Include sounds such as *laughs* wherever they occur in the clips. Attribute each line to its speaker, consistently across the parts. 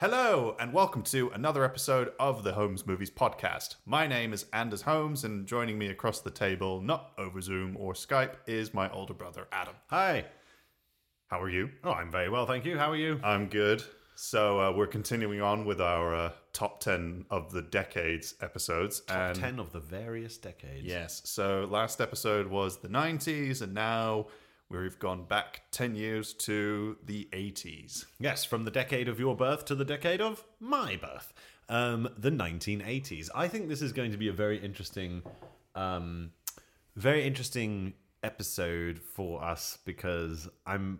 Speaker 1: Hello, and welcome to another episode of the Holmes Movies Podcast. My name is Anders Holmes, and joining me across the table, not over Zoom or Skype, is my older brother, Adam.
Speaker 2: Hi.
Speaker 1: How are you?
Speaker 2: Oh, I'm very well, thank you. How are you?
Speaker 1: I'm good. So, uh, we're continuing on with our uh, top 10 of the decades episodes. and
Speaker 2: Ten of the various decades.
Speaker 1: Yes. So last episode was the 90s, and now we've gone back 10 years to the 80s.
Speaker 2: Yes, from the decade of your birth to the decade of my birth, um, the 1980s. I think this is going to be a very interesting, um, very interesting episode for us because I'm.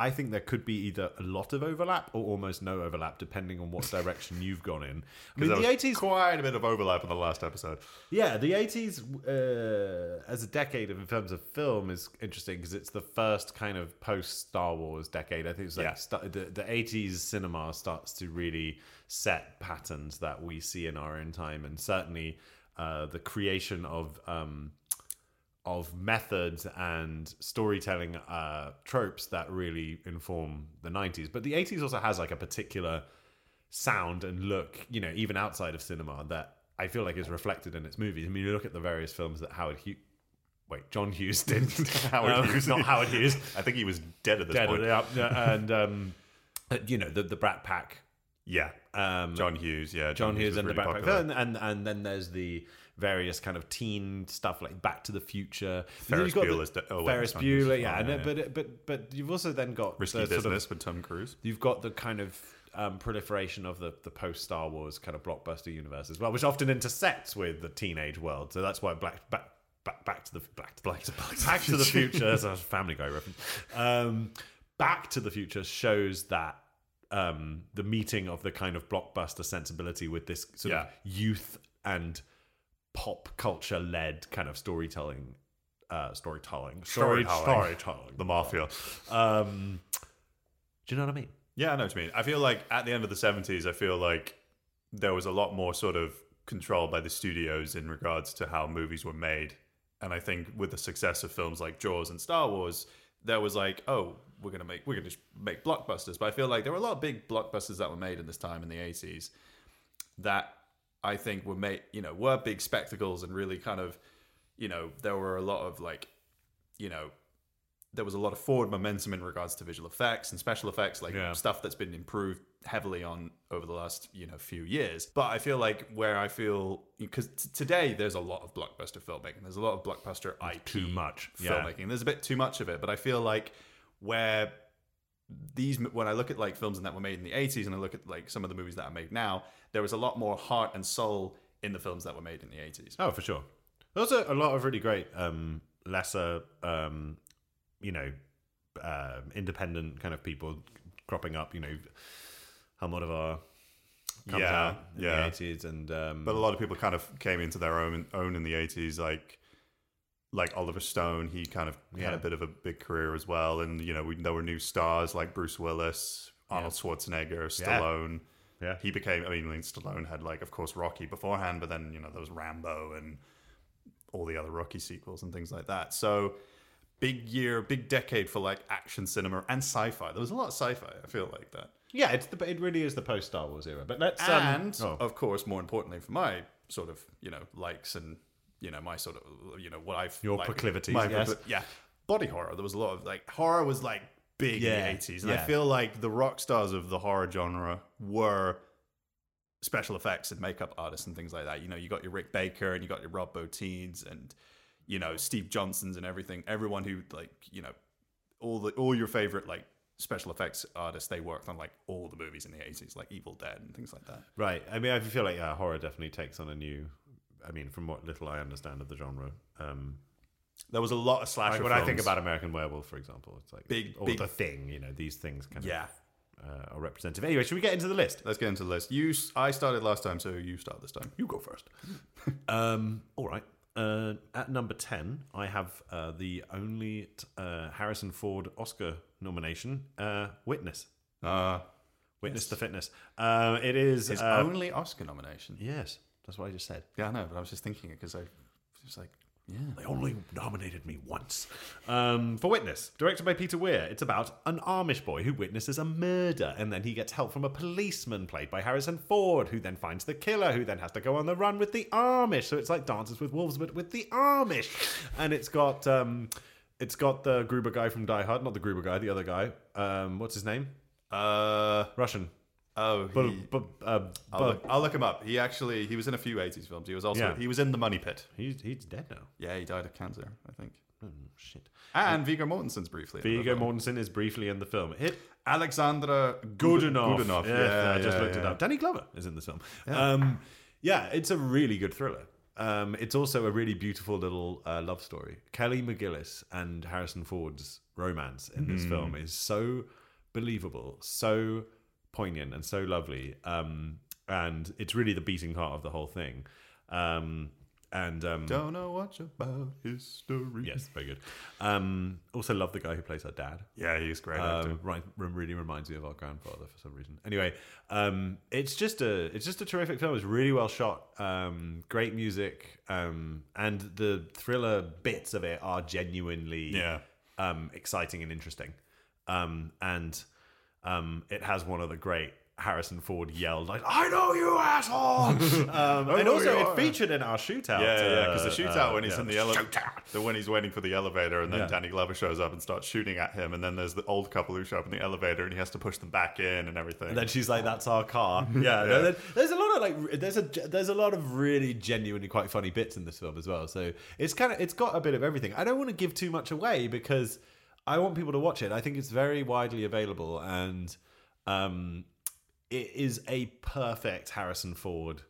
Speaker 2: I think there could be either a lot of overlap or almost no overlap, depending on what direction you've gone in. I mean,
Speaker 1: There
Speaker 2: the
Speaker 1: was
Speaker 2: 80s
Speaker 1: Quite a bit of overlap in the last episode.
Speaker 2: Yeah, the eighties uh, as a decade in terms of film is interesting because it's the first kind of post Star Wars decade. I think it's like
Speaker 1: Yeah.
Speaker 2: sta- the the eighties cinema starts to really set patterns that we see in our own time, and certainly uh, the creation of um, of methods and storytelling uh, tropes that really inform the nineties. But the eighties also has like a particular sound and look, you know, even outside of cinema, that I feel like is reflected in its movies. I mean, you look at the various films that Howard Hughes, wait, John Hughes *laughs* did.
Speaker 1: Howard
Speaker 2: Um,
Speaker 1: Hughes.
Speaker 2: not Howard Hughes,
Speaker 1: *laughs* I think he was dead at this
Speaker 2: *laughs* dead,
Speaker 1: point.
Speaker 2: yeah, yeah, and um, uh, you know, the the Brat Pack,
Speaker 1: Yeah. Uh,
Speaker 2: um,
Speaker 1: John Hughes, yeah.
Speaker 2: John Hughes
Speaker 1: was
Speaker 2: and
Speaker 1: really
Speaker 2: the Brat Pack,
Speaker 1: popular.
Speaker 2: and, and and then there's the various kind of teen stuff like Back to the Future. And then
Speaker 1: Ferris
Speaker 2: you've got the-
Speaker 1: Bueller's. de- oh, wait,
Speaker 2: Ferris
Speaker 1: John Hughes
Speaker 2: Bueller,
Speaker 1: was
Speaker 2: yeah,
Speaker 1: fine,
Speaker 2: and, then- but but but you've also then got
Speaker 1: Risky
Speaker 2: the sort
Speaker 1: Business
Speaker 2: of
Speaker 1: with Tom Cruise.
Speaker 2: you've got the kind of um, proliferation of the, the post Star Wars kind of blockbuster universe as well, which often intersects with the teenage world. So that's why Black Back Back, back to the Back to Black to Back, to the Future. That's a Family Guy reference. Um, back to the Future shows that um, the meeting of the kind of blockbuster sensibility with this sort
Speaker 1: Yeah.
Speaker 2: of youth and pop culture led kind of storytelling. Uh, storytelling, story,
Speaker 1: Storytelling.
Speaker 2: storytelling.
Speaker 1: The Mafia.
Speaker 2: Um, do you know what I mean?
Speaker 1: Yeah, I know what you mean. I feel like at the end of the 70s, I feel like there was a lot more sort of control by the studios in regards to how movies were made. And I think with the success of films like Jaws and Star Wars, there was like, oh, we're gonna make we're gonna just make blockbusters. But I feel like there were a lot of big blockbusters that were made in this time in the 80s that I think were made, you know, were big spectacles and really kind of, you know, there were a lot of like, you know, there was a lot of forward momentum in regards to visual effects and special effects, like
Speaker 2: Yeah.
Speaker 1: stuff that's been improved heavily on over the last, you know, few years. But I feel like where I feel because t- today there's a lot of blockbuster filmmaking, there's a lot of blockbuster IP
Speaker 2: too much. Yeah.
Speaker 1: filmmaking. There's a bit too much of it, but I feel like where these when I look at like films that were made in the 80s and I look at like some of the movies that are made now, there was a lot more heart and soul in the films that were made in the 80s.
Speaker 2: Oh, for sure. There's also a lot of really great um, lesser, um, you know, uh, independent kind of people cropping up. You know, Almodovar comes
Speaker 1: Yeah,
Speaker 2: out in
Speaker 1: yeah.
Speaker 2: the 80s and... Um,
Speaker 1: But a lot of people kind of came into their own own in the 80s like like Oliver Stone, he kind of had
Speaker 2: Yeah.
Speaker 1: a bit of a big career as well and you know, we, there were new stars like Bruce Willis, Arnold Schwarzenegger,
Speaker 2: Yeah.
Speaker 1: Stallone.
Speaker 2: yeah.
Speaker 1: He became I mean, like, Stallone had like of course Rocky beforehand, but then, you know, there was Rambo and all the other Rocky sequels and things like that. So big year, big decade for like action cinema and sci-fi. There was a lot of sci-fi, I feel like that.
Speaker 2: yeah, it's the, it really is the post-Star Wars era. But let's... Um,
Speaker 1: and
Speaker 2: oh,
Speaker 1: of course, more importantly for my sort of you know likes and you know my sort of you know what I've
Speaker 2: Your
Speaker 1: like-
Speaker 2: proclivities,
Speaker 1: my
Speaker 2: yes.
Speaker 1: procli- yeah, body horror. There was a lot of like horror was like big in
Speaker 2: Yeah,
Speaker 1: the eighties, and I
Speaker 2: yeah.
Speaker 1: feel like the rock stars of the horror genre were special effects and makeup artists and things like that. You know, you got your Rick Baker and you got your Rob Botins and you know Steve Johnsons and everything. Everyone who like you know all the all your favorite like special effects artists they worked on like all the movies in the 80s like evil dead and things like that
Speaker 2: right. I mean, I feel like uh, horror definitely takes on a new... I mean, from what little I understand of the genre... Um,
Speaker 1: there was a lot of slasher
Speaker 2: like when I think
Speaker 1: films.
Speaker 2: about American Werewolf, for example, it's like
Speaker 1: Big-
Speaker 2: or
Speaker 1: big-
Speaker 2: the thing, you know, these things kind
Speaker 1: yeah
Speaker 2: of uh, are representative. Anyway, should we get into the list?
Speaker 1: let's get into the list you s- i started last time so you start this time
Speaker 2: You go first. um, all right. Uh, at number 10, I have uh, the only uh, Harrison Ford Oscar nomination, uh, Witness.
Speaker 1: uh
Speaker 2: Witness to Fitness. Um, it is.
Speaker 1: his
Speaker 2: uh,
Speaker 1: only oscar nomination
Speaker 2: yes, that's what I just said.
Speaker 1: yeah i know but i was just thinking it because i was like
Speaker 2: They only nominated me once. Um, for Witness, directed by Peter Weir. It's about an Amish boy who witnesses a murder and then he gets help from a policeman played by Harrison Ford, who then finds the killer, who then has to go on the run with the Amish. So it's like Dances with Wolves, but with the Amish. And it's got um, it's got the Gruber guy from Die Hard, not the Gruber guy, the other guy. Um, what's his name?
Speaker 1: Uh
Speaker 2: Russian.
Speaker 1: oh, he-
Speaker 2: Bu- bu- uh,
Speaker 1: I'll,
Speaker 2: bu-
Speaker 1: look, I'll look him up. He actually he was in a few '80s films. He was also
Speaker 2: Yeah.
Speaker 1: he was in The Money Pit.
Speaker 2: he's, he's dead now.
Speaker 1: Yeah, he died of cancer, I think.
Speaker 2: Oh, shit.
Speaker 1: And Viggo Mortensen's briefly. in the
Speaker 2: Viggo
Speaker 1: film.
Speaker 2: Mortensen is briefly in the film. It
Speaker 1: Alexandra
Speaker 2: Goodenough.
Speaker 1: Goodenough.
Speaker 2: Yeah,
Speaker 1: Yeah,
Speaker 2: I just
Speaker 1: yeah,
Speaker 2: looked it
Speaker 1: yeah.
Speaker 2: up. Danny Glover is in this film. Yeah, um, yeah it's a really good thriller. Um, it's also a really beautiful little uh, love story. Kelly McGillis and Harrison Ford's romance in
Speaker 1: Hmm.
Speaker 2: this film is so believable, so poignant, and so lovely. Um, and it's really the beating heart of the whole thing. Um, and um,
Speaker 1: Don't know much about history.
Speaker 2: yes, very good. Um, also, love the guy who plays her dad.
Speaker 1: Yeah, he's a great. actor.
Speaker 2: Um, right, rem- really reminds me of our grandfather for some reason. Anyway, um, it's just a it's just a terrific film. It's really well shot. Um, great music, um, and the thriller bits of it are genuinely
Speaker 1: Yeah.
Speaker 2: um, exciting and interesting. Um, and um, it has one of the great Harrison Ford yell like "I know you
Speaker 1: *laughs*
Speaker 2: asshole," um, and
Speaker 1: know
Speaker 2: also
Speaker 1: you
Speaker 2: it
Speaker 1: are.
Speaker 2: featured in our shootout.
Speaker 1: Yeah, yeah, because
Speaker 2: uh,
Speaker 1: the shootout
Speaker 2: uh,
Speaker 1: when he's
Speaker 2: yeah.
Speaker 1: in the elevator, the when he's waiting for the elevator, and then
Speaker 2: Yeah.
Speaker 1: Danny Glover shows up and starts shooting at him, and then there's the old couple who show up in the elevator, and he has to push them back in and everything.
Speaker 2: And then she's like, "That's our car."
Speaker 1: *laughs*
Speaker 2: Yeah. no, there- there's a lot of like, there's a there's a lot of really genuinely quite funny bits in this film as well. So it's kind of it's got a bit of everything. I don't want to give too much away because I want people to watch it. I think it's very widely available, and um, it is a perfect Harrison Ford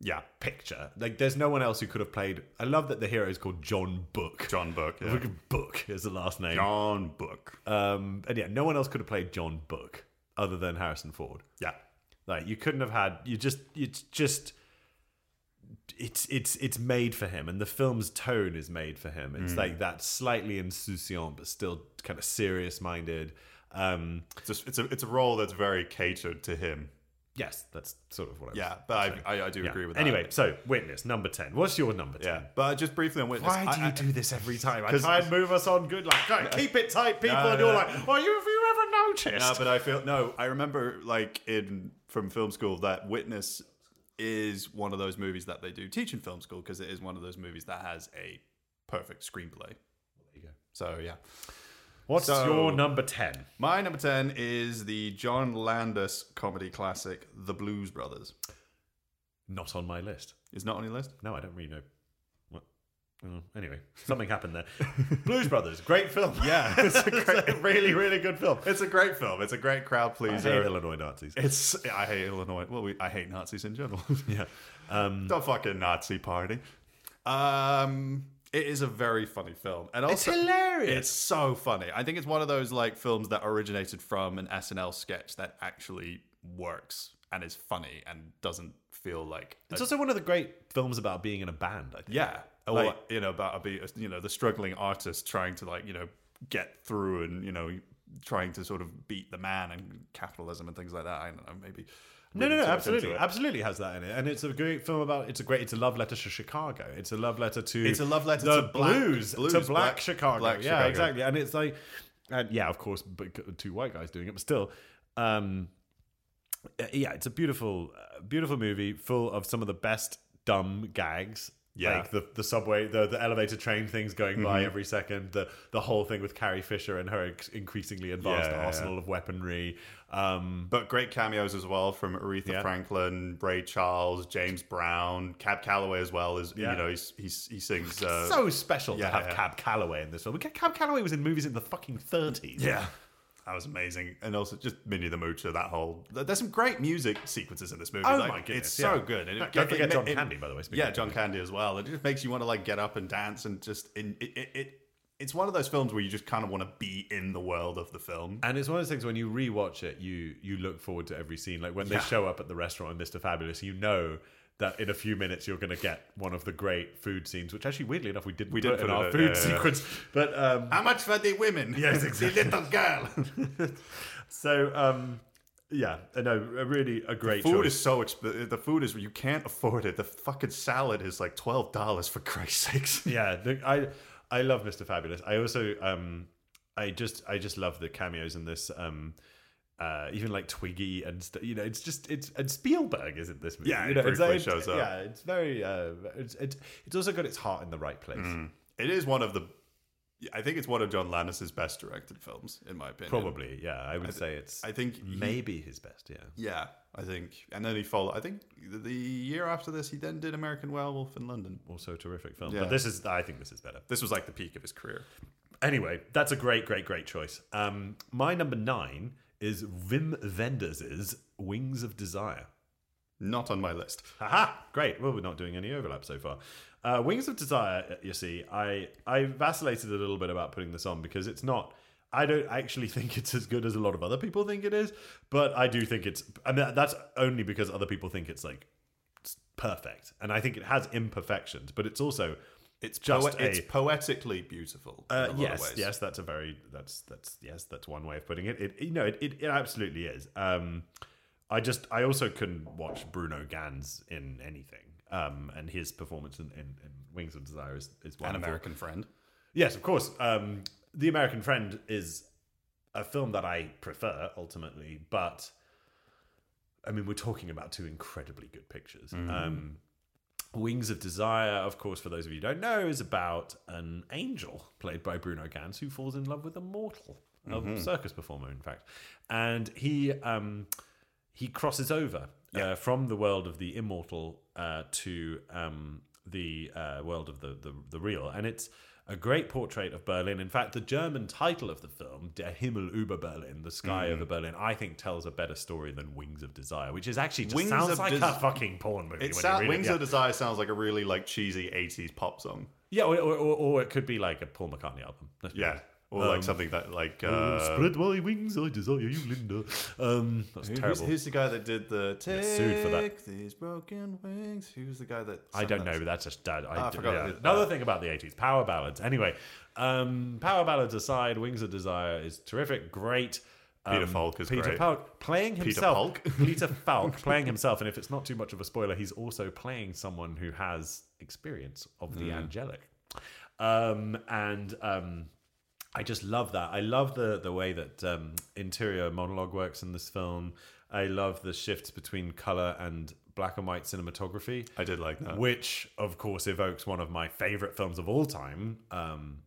Speaker 1: yeah,
Speaker 2: picture. Like, there's no one else who could have played. I love that the hero is called John Book. *laughs*
Speaker 1: John Book. yeah.
Speaker 2: Book is the last name.
Speaker 1: John Book.
Speaker 2: Um, and yeah, no one else could have played John Book other than Harrison Ford.
Speaker 1: Yeah,
Speaker 2: Like you couldn't have had you just it's just it's it's it's made for him and the film's tone is made for him. It's like that slightly insouciant but still kind of serious minded. Um
Speaker 1: it's a, it's a it's a role that's very catered to him.
Speaker 2: yes, that's sort of what I was
Speaker 1: Yeah, but I I, I do
Speaker 2: yeah.
Speaker 1: agree with that.
Speaker 2: Anyway, so witness number ten. What's your number ten?
Speaker 1: yeah, but just briefly on witness.
Speaker 2: Why do
Speaker 1: I-
Speaker 2: you
Speaker 1: I-
Speaker 2: do this every time? I
Speaker 1: 'Cause-
Speaker 2: try and move us on good like *laughs* go, keep it tight, people,
Speaker 1: No,
Speaker 2: and
Speaker 1: no,
Speaker 2: you're
Speaker 1: no.
Speaker 2: like, Oh you have you ever noticed?
Speaker 1: No, but I feel no. I remember like in from film school that Witness is one of those movies that they do teach in film school because it is one of those movies that has a perfect screenplay.
Speaker 2: you go.
Speaker 1: So yeah,
Speaker 2: What's
Speaker 1: So-
Speaker 2: your number ten?
Speaker 1: my number ten is the John Landis comedy classic The Blues Brothers.
Speaker 2: Not on my list.
Speaker 1: Is not on your list.
Speaker 2: No, I don't really know. What? Oh, anyway, something happened there. *laughs* Blues Brothers, great film. *laughs*
Speaker 1: Yeah, *laughs* it's a great,
Speaker 2: really, really good film.
Speaker 1: it's a great film. It's a great crowd
Speaker 2: I hate
Speaker 1: pleaser.
Speaker 2: Illinois Nazis.
Speaker 1: It's I hate Illinois. Well, we, I hate Nazis in general.
Speaker 2: *laughs* Yeah. Um,
Speaker 1: the fucking Nazi party. Um, it is a very funny film, and also
Speaker 2: hilarious.
Speaker 1: It's so funny. I think it's one of those like films that originated from an SNL sketch that actually works and is funny and doesn't feel like a-
Speaker 2: It's also one of the great films about being in a band, I think.
Speaker 1: yeah, or
Speaker 2: Like-
Speaker 1: you know about a be you know the struggling artist trying to like you know get through and you know trying to sort of beat the man and capitalism and things like that. I don't know, maybe.
Speaker 2: No, no,
Speaker 1: reading
Speaker 2: no,
Speaker 1: too much
Speaker 2: absolutely.
Speaker 1: into it.
Speaker 2: Absolutely has that in it. And it's a great film about, it's a great, it's a love letter to Chicago. It's a love letter to,
Speaker 1: It's a love letter
Speaker 2: the
Speaker 1: to black-
Speaker 2: blues,
Speaker 1: blues,
Speaker 2: to black,
Speaker 1: black-
Speaker 2: Chicago.
Speaker 1: black
Speaker 2: yeah,
Speaker 1: Chicago.
Speaker 2: exactly. And it's like, and yeah, of course, but two white guys doing it, but still, um, uh, yeah, it's a beautiful, uh, beautiful movie full of some of the best dumb gags.
Speaker 1: Yeah. Mm-hmm.
Speaker 2: Like the, the subway, the, the elevator train things going by every second, the, the whole thing with Carrie Fisher and her ex- increasingly advanced
Speaker 1: Yeah, yeah, yeah.
Speaker 2: arsenal of weaponry. Um,
Speaker 1: But great cameos as well from Aretha
Speaker 2: Yeah.
Speaker 1: Franklin, Ray Charles, James Brown, Cab Calloway as well. Is
Speaker 2: Yeah.
Speaker 1: you know he's, he's, he sings. Uh,
Speaker 2: so special
Speaker 1: yeah,
Speaker 2: to have
Speaker 1: yeah.
Speaker 2: Cab Calloway in this film. Cab Calloway was in movies in the fucking 30s.
Speaker 1: yeah, that was amazing. And also just Minnie the Moocher. That whole th- there's some great music sequences in this movie.
Speaker 2: Oh
Speaker 1: like,
Speaker 2: my goodness,
Speaker 1: it's so
Speaker 2: yeah.
Speaker 1: good. And it-
Speaker 2: Don't forget
Speaker 1: it-
Speaker 2: John
Speaker 1: it-
Speaker 2: Candy, by the way. speaking
Speaker 1: Yeah,
Speaker 2: of-
Speaker 1: John Candy as well. It just makes you want to like get up and dance and just in it. it, it it's one of those films where you just kind of want to be in the world of the film.
Speaker 2: And it's one of those things when you rewatch it, you you look forward to every scene. Like when they
Speaker 1: Yeah.
Speaker 2: show up at the restaurant in Mr. Fabulous, you know that in a few minutes you're going to get one of the great food scenes, which actually, weirdly enough, we didn't we
Speaker 1: did
Speaker 2: put,
Speaker 1: put
Speaker 2: in
Speaker 1: it
Speaker 2: our
Speaker 1: in,
Speaker 2: food
Speaker 1: yeah, yeah, yeah.
Speaker 2: sequence. But um, *laughs*
Speaker 1: How much for the women?
Speaker 2: Yes,
Speaker 1: the little girl.
Speaker 2: so um, yeah, uh, no, a really a great
Speaker 1: Food
Speaker 2: choice.
Speaker 1: is so exp- the food is you can't afford it. The fucking salad is like twelve dollars for Christ's
Speaker 2: *laughs*
Speaker 1: sakes.
Speaker 2: yeah, the, I I love Mr. Fabulous. I also um I just I just love the cameos in this um uh even like Twiggy and st- you know it's just it's and Spielberg is in this movie.
Speaker 1: Yeah,
Speaker 2: you know,
Speaker 1: he
Speaker 2: it's
Speaker 1: briefly
Speaker 2: like-
Speaker 1: shows up.
Speaker 2: Yeah, it's very uh it's it's, it's also got its heart in the right place.
Speaker 1: It is one of the. I think it's one of John Lannis's best directed films, in my opinion.
Speaker 2: Probably, yeah. I would say it's
Speaker 1: I think he-
Speaker 2: maybe his best. Yeah,
Speaker 1: yeah, I think, and then he followed. I think the- the year after this, he then did American Werewolf in London.
Speaker 2: also a terrific film.
Speaker 1: Yeah.
Speaker 2: But this is I think this is better.
Speaker 1: This was like the peak of his career.
Speaker 2: Anyway, that's a great, great, great choice. Um, my number nine is Wim Wenders' Wings of Desire.
Speaker 1: Not on my list.
Speaker 2: Haha, great. Well, we're not doing any overlap so far. Uh, Wings of Desire, you see, I I vacillated a little bit about putting this on because it's not. I don't actually *laughs* think it's as good as a lot of other people think it is, but I do think it's. I mean, that's only because other people think it's like it's perfect, and I think it has imperfections, but it's also
Speaker 1: It's
Speaker 2: just
Speaker 1: poe-
Speaker 2: a-
Speaker 1: it's poetically beautiful. in
Speaker 2: uh,
Speaker 1: a lot
Speaker 2: yes,
Speaker 1: of ways.
Speaker 2: yes, that's a very that's that's yes, that's one way of putting it. It you know it it, it absolutely is. Um, I just I also couldn't watch Bruno Gans in anything, um, and his performance in, in, in Wings of Desire is is
Speaker 1: An
Speaker 2: wonderful.
Speaker 1: American friend.
Speaker 2: Yes, of course. Um, the American Friend is a film that I prefer ultimately, but I mean, we're talking about two incredibly good pictures.
Speaker 1: Mm-hmm.
Speaker 2: Um, Wings of Desire, of course, for those of you who don't know, is about an angel played by Bruno Gans who falls in love with a mortal,
Speaker 1: Mm-hmm.
Speaker 2: a circus performer, in fact, and he um, he crosses over uh, from the world of the immortal uh, to um, the uh, world of the, the the real, and it's a great portrait of Berlin. In fact, the German title of the film, Der Himmel über Berlin, the sky
Speaker 1: Mm.
Speaker 2: over Berlin, I think tells a better story than Wings of Desire, which is actually just
Speaker 1: Wings
Speaker 2: sounds
Speaker 1: of
Speaker 2: like a
Speaker 1: Des-
Speaker 2: fucking porn movie.
Speaker 1: It
Speaker 2: when
Speaker 1: sound,
Speaker 2: you read
Speaker 1: Wings
Speaker 2: it. yeah.
Speaker 1: of Desire sounds like a really like cheesy '80s pop song.
Speaker 2: Yeah, or, or, or, or it could be like a Paul McCartney album. Let's be
Speaker 1: Yeah,
Speaker 2: honest.
Speaker 1: or like something that like uh,
Speaker 2: Spread my wings, I desire you, Linda. Um, that's
Speaker 1: Who-
Speaker 2: terrible.
Speaker 1: Who's, who's the guy that did the take
Speaker 2: sued for that.
Speaker 1: these broken wings? Who's the guy that?
Speaker 2: I
Speaker 1: sang
Speaker 2: don't
Speaker 1: that
Speaker 2: know, but that's just dad. I,
Speaker 1: Ah, I
Speaker 2: d-
Speaker 1: forgot
Speaker 2: yeah.
Speaker 1: what it-
Speaker 2: Another thing about the 80s, power ballads. Anyway, um, power ballads aside, Wings of Desire is terrific, great. Um,
Speaker 1: Peter Falk is
Speaker 2: Peter
Speaker 1: great.
Speaker 2: Falk playing himself.
Speaker 1: Falk?
Speaker 2: *laughs*
Speaker 1: *laughs*
Speaker 2: Peter Falk playing himself, and if it's not too much of a spoiler, he's also playing someone who has experience of
Speaker 1: Mm.
Speaker 2: the angelic. Um, and um, I just love that. I love the the way that um, interior monologue works in this film. I love the shifts between color and black and white cinematography
Speaker 1: I did like that.
Speaker 2: which of course evokes one of my favorite films of all time um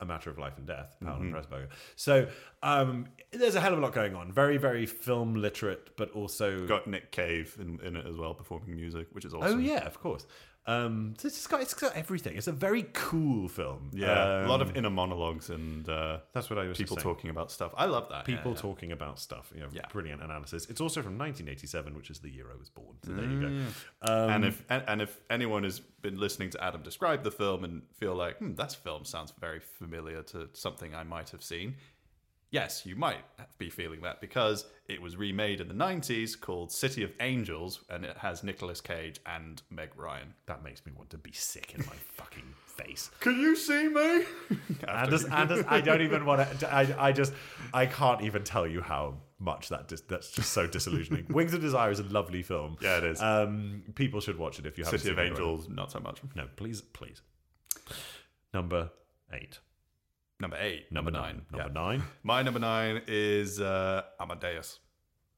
Speaker 2: a matter of life and death paolo
Speaker 1: Mm-hmm.
Speaker 2: pressburger so um there's a hell of a lot going on very very film literate but also
Speaker 1: Got Nick Cave in, in it as well, performing music, which is
Speaker 2: oh
Speaker 1: awesome.
Speaker 2: yeah of course um so it's just got it's got everything it's a very cool film
Speaker 1: Yeah, a lot
Speaker 2: Um,
Speaker 1: of inner monologues and uh,
Speaker 2: that's what i was just
Speaker 1: people
Speaker 2: saying.
Speaker 1: talking about stuff. I love that.
Speaker 2: people
Speaker 1: Yeah.
Speaker 2: talking about stuff you know,
Speaker 1: Yeah.
Speaker 2: brilliant analysis it's also from 1987 which is the year i was born so there
Speaker 1: Mm.
Speaker 2: you go um
Speaker 1: and if and, and if anyone has been listening to Adam describe the film and feel like hmm, that film sounds very familiar to something I might have seen, yes, you might be feeling that because it was remade in the '90s called City of Angels, and it has Nicolas Cage and Meg Ryan.
Speaker 2: that makes me want to be sick in my fucking face
Speaker 1: Can you see me?
Speaker 2: And just, and just, I don't even
Speaker 1: *laughs*
Speaker 2: want to. I, I just, I can't even tell you how much that dis, that's just so disillusioning.
Speaker 1: *laughs*
Speaker 2: Wings of Desire is a lovely film.
Speaker 1: Yeah, it is.
Speaker 2: Um, people should watch it if you haven't
Speaker 1: City of
Speaker 2: seen it. already.
Speaker 1: Angels, not so much.
Speaker 2: No, please, please. Number eight.
Speaker 1: Number eight,
Speaker 2: Number,
Speaker 1: number, nine.
Speaker 2: Number
Speaker 1: yeah. *laughs*
Speaker 2: nine.
Speaker 1: My number nine is uh, Amadeus.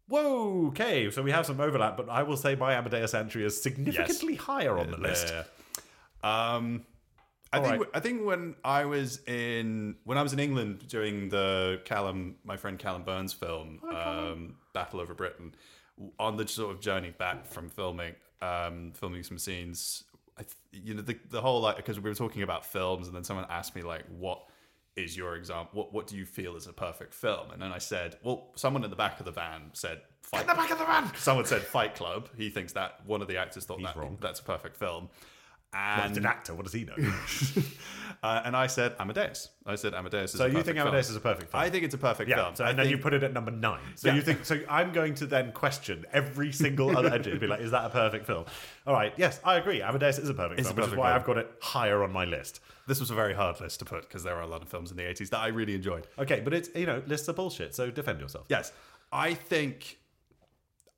Speaker 2: Whoa. Okay, so we have some overlap, but I will say my Amadeus entry is significantly higher on the list.
Speaker 1: Yeah. Um, I
Speaker 2: All
Speaker 1: think
Speaker 2: right.
Speaker 1: I think when I was in when I was in England during the Callum, my friend Callum Burns film, um, Battle Over Britain, w- on the sort of journey back from filming, um, filming some scenes. I th- you know the the whole like because we were talking about films, and then someone asked me like what is your example what what do you feel is a perfect film and then i said well someone in the back of the van said fight
Speaker 2: the back of the van!
Speaker 1: someone said fight club he thinks that one of the actors thought that
Speaker 2: wrong.
Speaker 1: that's a perfect film
Speaker 2: He's
Speaker 1: and
Speaker 2: an actor. What
Speaker 1: *laughs*
Speaker 2: does he know?
Speaker 1: uh, and I said Amadeus. I said Amadeus. Is
Speaker 2: so
Speaker 1: a
Speaker 2: you
Speaker 1: perfect
Speaker 2: think
Speaker 1: film.
Speaker 2: Amadeus is a perfect film?
Speaker 1: I think it's a perfect
Speaker 2: Yeah.
Speaker 1: film.
Speaker 2: So,
Speaker 1: I
Speaker 2: and then
Speaker 1: think-
Speaker 2: you put it at number nine. So
Speaker 1: Yeah.
Speaker 2: you think so? I'm going to then question every single other entry and be like, "Is that a perfect film?" All right. Yes, I agree. Amadeus is a perfect
Speaker 1: It's
Speaker 2: film,
Speaker 1: a
Speaker 2: which is
Speaker 1: perfect
Speaker 2: why
Speaker 1: film.
Speaker 2: I've got it higher on my list.
Speaker 1: this was a very hard list to put because there were a lot of films in the '80s that I really enjoyed.
Speaker 2: Okay, but it's you know lists are bullshit. So defend yourself.
Speaker 1: Yes, I think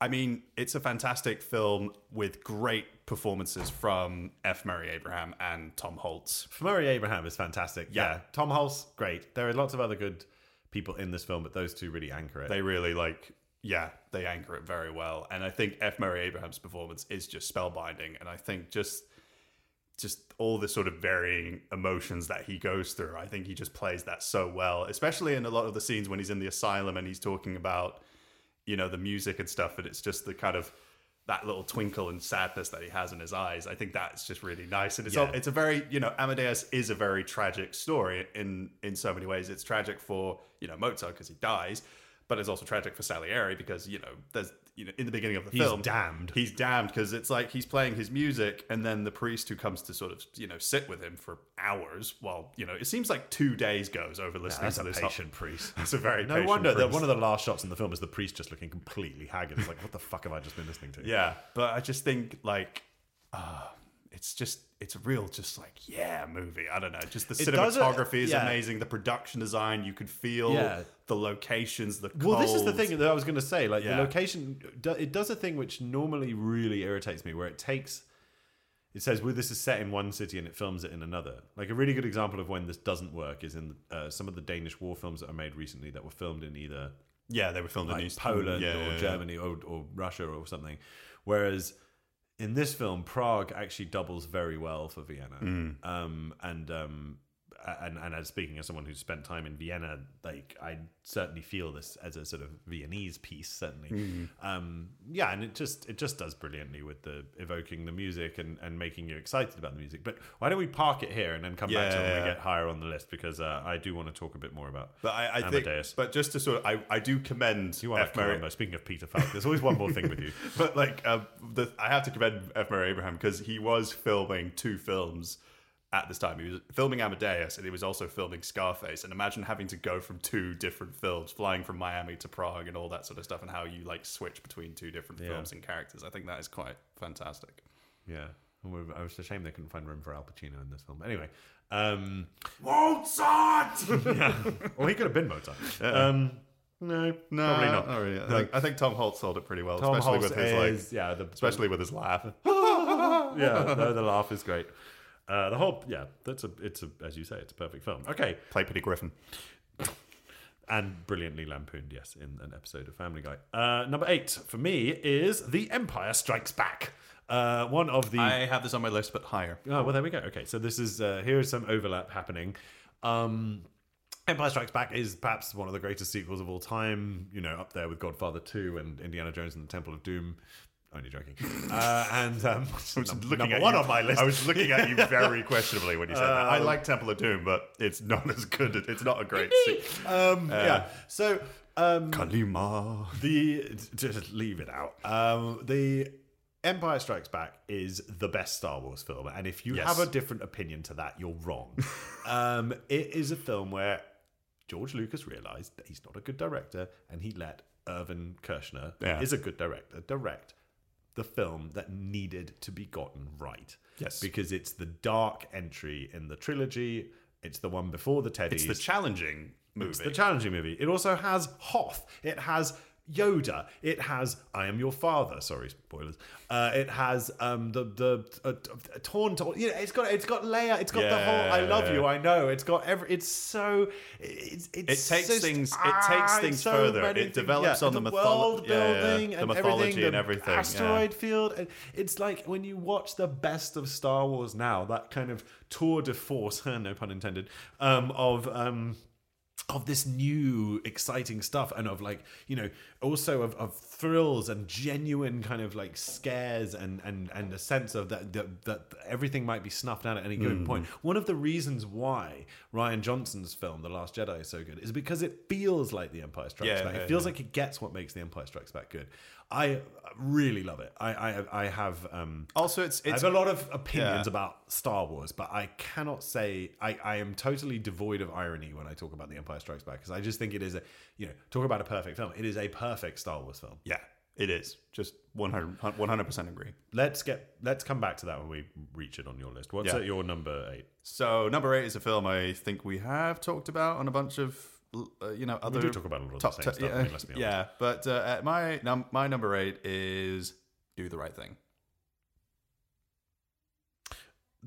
Speaker 1: I mean, it's a fantastic film with great performances from F. Murray Abraham and Tom Holtz.
Speaker 2: Murray Abraham is fantastic. Yeah.
Speaker 1: Yeah.
Speaker 2: Tom Hulse, great. There are lots of other good people in this film, but those two really anchor it.
Speaker 1: They really like, yeah, they anchor it very well. And I think F. Murray Abraham's performance is just spellbinding. And I think just just all the sort of varying emotions that he goes through. I think he just plays that so well, especially in a lot of the scenes when he's in the asylum and he's talking about, you know, the music and stuff. And it's just the kind of that little twinkle and sadness that he has in his eyes. I think that's just really nice. And it's
Speaker 2: Yeah.
Speaker 1: all, it's a very, you know, Amadeus is a very tragic story in in so many ways. It's tragic for, you know, Mozart because he dies, but it's also tragic for Salieri because, you know, there's you know, in the beginning of the
Speaker 2: He's
Speaker 1: film,
Speaker 2: damned.
Speaker 1: he's damned because it's like he's playing his music and then the priest who comes to sort of you know sit with him for hours while you know it seems like two days goes over listening
Speaker 2: That's
Speaker 1: to
Speaker 2: a
Speaker 1: this
Speaker 2: patient priest.
Speaker 1: it's a very
Speaker 2: *laughs* No
Speaker 1: patient
Speaker 2: wonder that
Speaker 1: priest.
Speaker 2: one of the last shots in the film is the priest just looking completely haggard. It's like, what the fuck have I just been
Speaker 1: *laughs*
Speaker 2: listening to?
Speaker 1: yeah but i just think like uh, it's just it's a real just like yeah movie i don't know just the
Speaker 2: It does it-
Speaker 1: cinematography is
Speaker 2: yeah.
Speaker 1: amazing the production design you could feel
Speaker 2: Yeah.
Speaker 1: the locations the
Speaker 2: Well, this is the
Speaker 1: cold.
Speaker 2: thing that I was going to say. Like
Speaker 1: Yeah.
Speaker 2: the location, do- it does a thing which normally really irritates me, where it takes. It says, "Well, this is set in one city and it films it in another." Like a really good example of when this doesn't work is in uh, some of the Danish war films that are made recently that were filmed in either
Speaker 1: yeah they were filmed in
Speaker 2: like
Speaker 1: East-
Speaker 2: Poland
Speaker 1: yeah,
Speaker 2: or
Speaker 1: yeah, yeah.
Speaker 2: Germany or, or Russia or something. Whereas in this film, Prague actually doubles very well for Vienna.
Speaker 1: Mm.
Speaker 2: Um, and um, and and as speaking as someone who's spent time in Vienna, like I certainly feel this as a sort of Viennese piece, certainly.
Speaker 1: Mm.
Speaker 2: Um, yeah, and it just it just does brilliantly with the evoking the music and, and making you excited about the music. But why don't we park it here and then come back to it when
Speaker 1: Yeah.
Speaker 2: we get higher on the list because uh, I do want to talk a bit more about
Speaker 1: but I, I think,
Speaker 2: Amadeus.
Speaker 1: but just to sort of, I, I do commend
Speaker 2: you are
Speaker 1: F.
Speaker 2: like
Speaker 1: Murray,
Speaker 2: Columbo. Speaking of Peter Falk, there's always one more thing with *laughs* you.
Speaker 1: but like uh, the, I have to commend F. Murray Abraham because he was filming two films at this time. He was filming Amadeus and he was also filming Scarface. And imagine having to go from two different films, flying from Miami to Prague and all that sort of stuff, and how you like switch between two different films and characters. I think that is quite fantastic.
Speaker 2: Yeah, Oh, I was ashamed they couldn't find room for Al Pacino in this film. But anyway, um, *laughs*
Speaker 1: Mozart.
Speaker 2: or he could have been Mozart. Um, no,
Speaker 1: no,
Speaker 2: probably not.
Speaker 1: really. I, think, I think Tom Holtz sold it pretty well,
Speaker 2: Tom
Speaker 1: especially
Speaker 2: Hulse
Speaker 1: with his like,
Speaker 2: is, yeah, the,
Speaker 1: especially with his laugh.
Speaker 2: *laughs* yeah, no, the laugh is great. Uh, the whole, yeah, that's a, it's a, as you say, it's a perfect film. Okay,
Speaker 1: Play Petty Griffin.
Speaker 2: and brilliantly lampooned, yes, in an episode of Family Guy. Uh, number eight for me is The Empire Strikes Back. Uh, one of the
Speaker 1: I have this on my list, but higher.
Speaker 2: Oh well, there we go. Okay, so this is uh, here is some overlap happening. Um, Empire Strikes Back is perhaps one of the greatest sequels of all time. You know, up there with Godfather Two and Indiana Jones and the Temple of Doom. Only joking. Uh, and um, *laughs* num-
Speaker 1: looking
Speaker 2: number
Speaker 1: at
Speaker 2: one
Speaker 1: you.
Speaker 2: on my list.
Speaker 1: I was looking at you
Speaker 2: *laughs*
Speaker 1: very questionably when you said that. I
Speaker 2: Um,
Speaker 1: like Temple of Doom, but it's not as good. It's not a great scene.
Speaker 2: um, yeah. So um,
Speaker 1: Kalima.
Speaker 2: the just leave it out. Um, the Empire Strikes Back is the best Star Wars film, and if you
Speaker 1: Yes.
Speaker 2: have a different opinion to that, you're
Speaker 1: *laughs*
Speaker 2: wrong. um, it is a film where George Lucas realized that he's not a good director, and he let Irvin Kershner, who
Speaker 1: Yeah.
Speaker 2: is a good director, direct the film that needed to be gotten right.
Speaker 1: Yes.
Speaker 2: because it's the dark entry in the trilogy. It's the one before the Teddy's.
Speaker 1: It's the challenging movie.
Speaker 2: It's the challenging movie. It also has Hoth. It has Yoda. It has I am your father. Sorry, spoilers. Uh, it has um, the the uh, uh, Tauntaun. You know, it's got it's got Leia. It's got the whole I love
Speaker 1: Yeah.
Speaker 2: you. I know. It's got every. It's so. It's,
Speaker 1: it
Speaker 2: it's
Speaker 1: takes
Speaker 2: so-
Speaker 1: things.
Speaker 2: ah,
Speaker 1: it takes
Speaker 2: it's
Speaker 1: things
Speaker 2: so
Speaker 1: further.
Speaker 2: many
Speaker 1: It
Speaker 2: things.
Speaker 1: develops
Speaker 2: Yeah,
Speaker 1: on the, mytholo-
Speaker 2: world
Speaker 1: yeah, yeah, yeah.
Speaker 2: building
Speaker 1: the
Speaker 2: and
Speaker 1: mythology
Speaker 2: everything,
Speaker 1: and
Speaker 2: the
Speaker 1: everything.
Speaker 2: Asteroid field. And it's like when you watch the best of Star Wars now, that kind of tour de force, *laughs* no pun intended, um, of um, of this new exciting stuff and of like you know also of, of thrills and genuine kind of like scares and and and a sense of that that, that everything might be snuffed out at any given point
Speaker 1: Mm.
Speaker 2: one of the reasons why ryan johnson's film the last jedi is so good is because it feels like the empire strikes
Speaker 1: Yeah,
Speaker 2: back
Speaker 1: yeah,
Speaker 2: it feels like it gets what makes the empire strikes back good i really love it i i, I have um
Speaker 1: Yeah. Also, it's it's
Speaker 2: I have a lot of opinions
Speaker 1: yeah.
Speaker 2: about Star Wars, but I cannot say I, I am totally devoid of irony when I talk about The Empire Strikes Back because I just think it is a you know talk about a perfect film. It is a perfect Star Wars film.
Speaker 1: yeah. It is just 100 percent agree.
Speaker 2: Let's get let's come back to that when we reach it on your list. What's
Speaker 1: Yeah.
Speaker 2: at your number eight?
Speaker 1: So number eight is a film I think we have talked about on a bunch of l- uh, you know other
Speaker 2: We do talk about a lot of the
Speaker 1: top
Speaker 2: same
Speaker 1: t-
Speaker 2: stuff. I
Speaker 1: yeah,
Speaker 2: mean, let's be honest.
Speaker 1: yeah but uh, at my num- my number eight is do the right
Speaker 2: *laughs*
Speaker 1: thing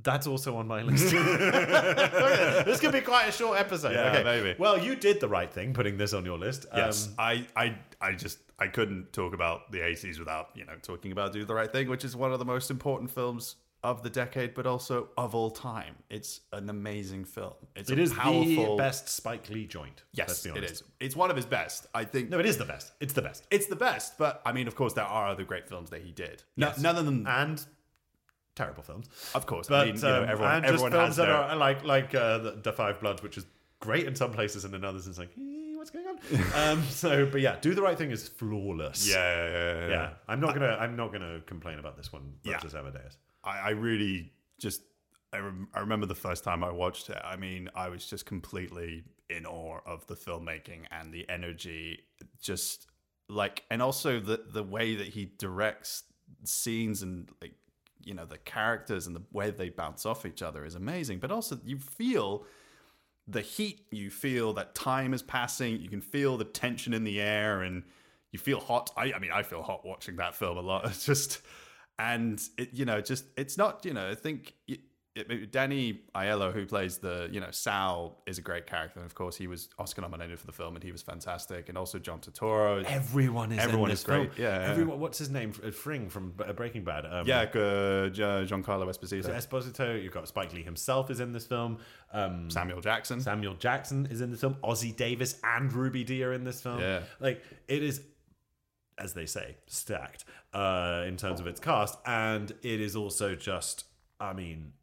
Speaker 2: That's also on my
Speaker 1: *laughs*
Speaker 2: *laughs* list. this could be quite a short episode.
Speaker 1: Yeah,
Speaker 2: okay.
Speaker 1: maybe.
Speaker 2: Well, you did the right thing putting this on your list.
Speaker 1: yes
Speaker 2: Um,
Speaker 1: I, I i just i couldn't talk about the 80s without you know talking about do the right thing which is one of the most important films of the decade but also of all time it's an amazing film it's
Speaker 2: it
Speaker 1: a
Speaker 2: is
Speaker 1: powerful
Speaker 2: the best Spike Lee joint.
Speaker 1: yes
Speaker 2: let's be
Speaker 1: it
Speaker 2: honest.
Speaker 1: is it's one of his best i think
Speaker 2: No, it is the best. It's the best.
Speaker 1: it's the best but i mean of course there are other great films that he did no,
Speaker 2: Yes.
Speaker 1: none of them
Speaker 2: And terrible films.
Speaker 1: of course
Speaker 2: But
Speaker 1: i mean you know,
Speaker 2: um,
Speaker 1: everyone,
Speaker 2: and
Speaker 1: everyone
Speaker 2: just films
Speaker 1: has
Speaker 2: that
Speaker 1: their,
Speaker 2: are like like uh, the, the Five Bloods, which is great in some places and in others it's like, eh, what's
Speaker 1: *laughs*
Speaker 2: going on? um, so, but yeah, Do the Right Thing is flawless.
Speaker 1: yeah, yeah, yeah, yeah.
Speaker 2: Yeah, I'm not gonna. I'm not gonna complain about this one. Much
Speaker 1: Yeah.
Speaker 2: as Amadeus.
Speaker 1: I, I really just I, rem- I remember the first time I watched it. I mean, I was just completely in awe of the filmmaking and the energy, just like, and also the the way that he directs scenes and like you know the characters and the way they bounce off each other is amazing. But also you feel the heat, you feel that time is passing, you can feel the tension in the air, and you feel hot. I, I mean, I feel hot watching that film a lot. *laughs* It's just, and it, you know, just it's not, you know, I think it, it, Danny Aiello, who plays the, you know, Sal, is a great character, and of course he was Oscar nominated for the film, and he was fantastic, and also John Turturro.
Speaker 2: Everyone is.
Speaker 1: Everyone
Speaker 2: in this
Speaker 1: is great.
Speaker 2: film.
Speaker 1: Yeah, yeah.
Speaker 2: Everyone. What's his name? Uh, Fring from B- uh, Breaking Bad. Um,
Speaker 1: yeah, uh, Gi- Giancarlo Esposito,
Speaker 2: Esposito. You've got Spike Lee himself is in this film. Um,
Speaker 1: Samuel Jackson.
Speaker 2: Samuel Jackson is in this film. Ozzy Davis and Ruby Dee are in this film.
Speaker 1: Yeah.
Speaker 2: Like it is, as they say, stacked uh, in terms of its cast, and it is also just, I mean,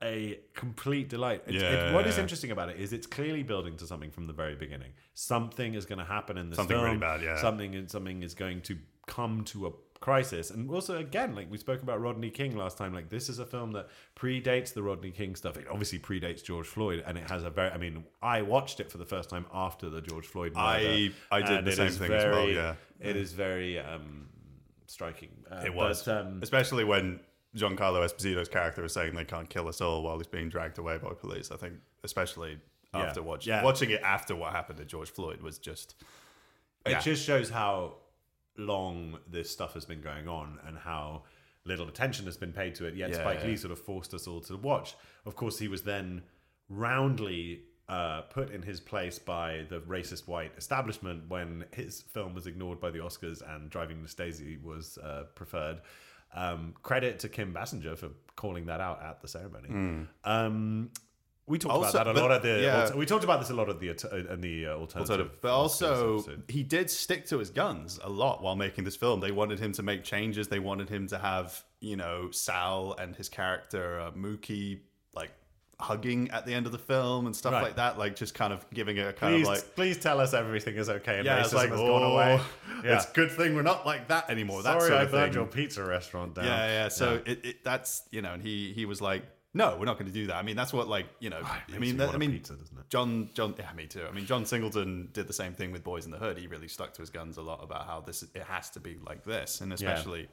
Speaker 2: a complete delight. It's, it- what is
Speaker 1: Yeah.
Speaker 2: interesting about it is it's clearly building to something from the very beginning. Something is going to happen in this
Speaker 1: Something really
Speaker 2: film.
Speaker 1: bad, yeah.
Speaker 2: Something something is going to come to a crisis and also again like we spoke about rodney king last time like this is a film that predates the rodney king stuff it obviously predates george floyd and it has a very i mean i watched it for the first time after the george floyd murder,
Speaker 1: I- I did
Speaker 2: and
Speaker 1: the
Speaker 2: it
Speaker 1: same
Speaker 2: is
Speaker 1: thing as well,
Speaker 2: very-
Speaker 1: yeah.
Speaker 2: it is very um striking Uh,
Speaker 1: It was,
Speaker 2: but, um,
Speaker 1: especially when Giancarlo Esposito's character is saying they can't kill us all while he's being dragged away by police. I think, especially after watching
Speaker 2: Yeah.
Speaker 1: watching it after what happened to George Floyd was just Yeah.
Speaker 2: It just shows how long this stuff has been going on and how little attention has been paid to it. Yet
Speaker 1: Yeah,
Speaker 2: Spike
Speaker 1: yeah.
Speaker 2: Lee sort of forced us all to watch. Of course, he was then roundly uh, put in his place by the racist white establishment when his film was ignored by the Oscars and Driving Miss Daisy was uh, preferred. Um, credit to Kim Bassinger for calling that out at the ceremony. Um, we talked
Speaker 1: Mm. Also-
Speaker 2: about that a
Speaker 1: but-
Speaker 2: lot at the.
Speaker 1: yeah.
Speaker 2: alter- we talked about this a lot at the at- in the uh, alternative.
Speaker 1: sort of. But
Speaker 2: Oscars
Speaker 1: also,
Speaker 2: episode.
Speaker 1: he did stick to his guns a lot while making this film. They wanted him to make changes. They wanted him to have you know Sal and his character uh, Mookie like hugging at the end of the film and stuff
Speaker 2: Right.
Speaker 1: like that. Like just kind of giving it a kind
Speaker 2: please,
Speaker 1: of like.
Speaker 2: please tell us everything is okay and
Speaker 1: Yeah,
Speaker 2: racism
Speaker 1: it's like,
Speaker 2: has gone
Speaker 1: "Oh,
Speaker 2: away. Yeah.
Speaker 1: It's a good thing we're not like that anymore. That
Speaker 2: Sorry,
Speaker 1: sort
Speaker 2: I
Speaker 1: of
Speaker 2: burned
Speaker 1: thing.
Speaker 2: your pizza restaurant down.
Speaker 1: Yeah, yeah. So It, it that's you know, and he he was like, no, we're not going to do that. I mean, that's what like you know. I mean, that, I mean,
Speaker 2: pizza, doesn't it?
Speaker 1: John John. Yeah, me too. I mean, John Singleton did the same thing with Boys in the Hood. He really stuck to his guns a lot about how this it has to be like this, and especially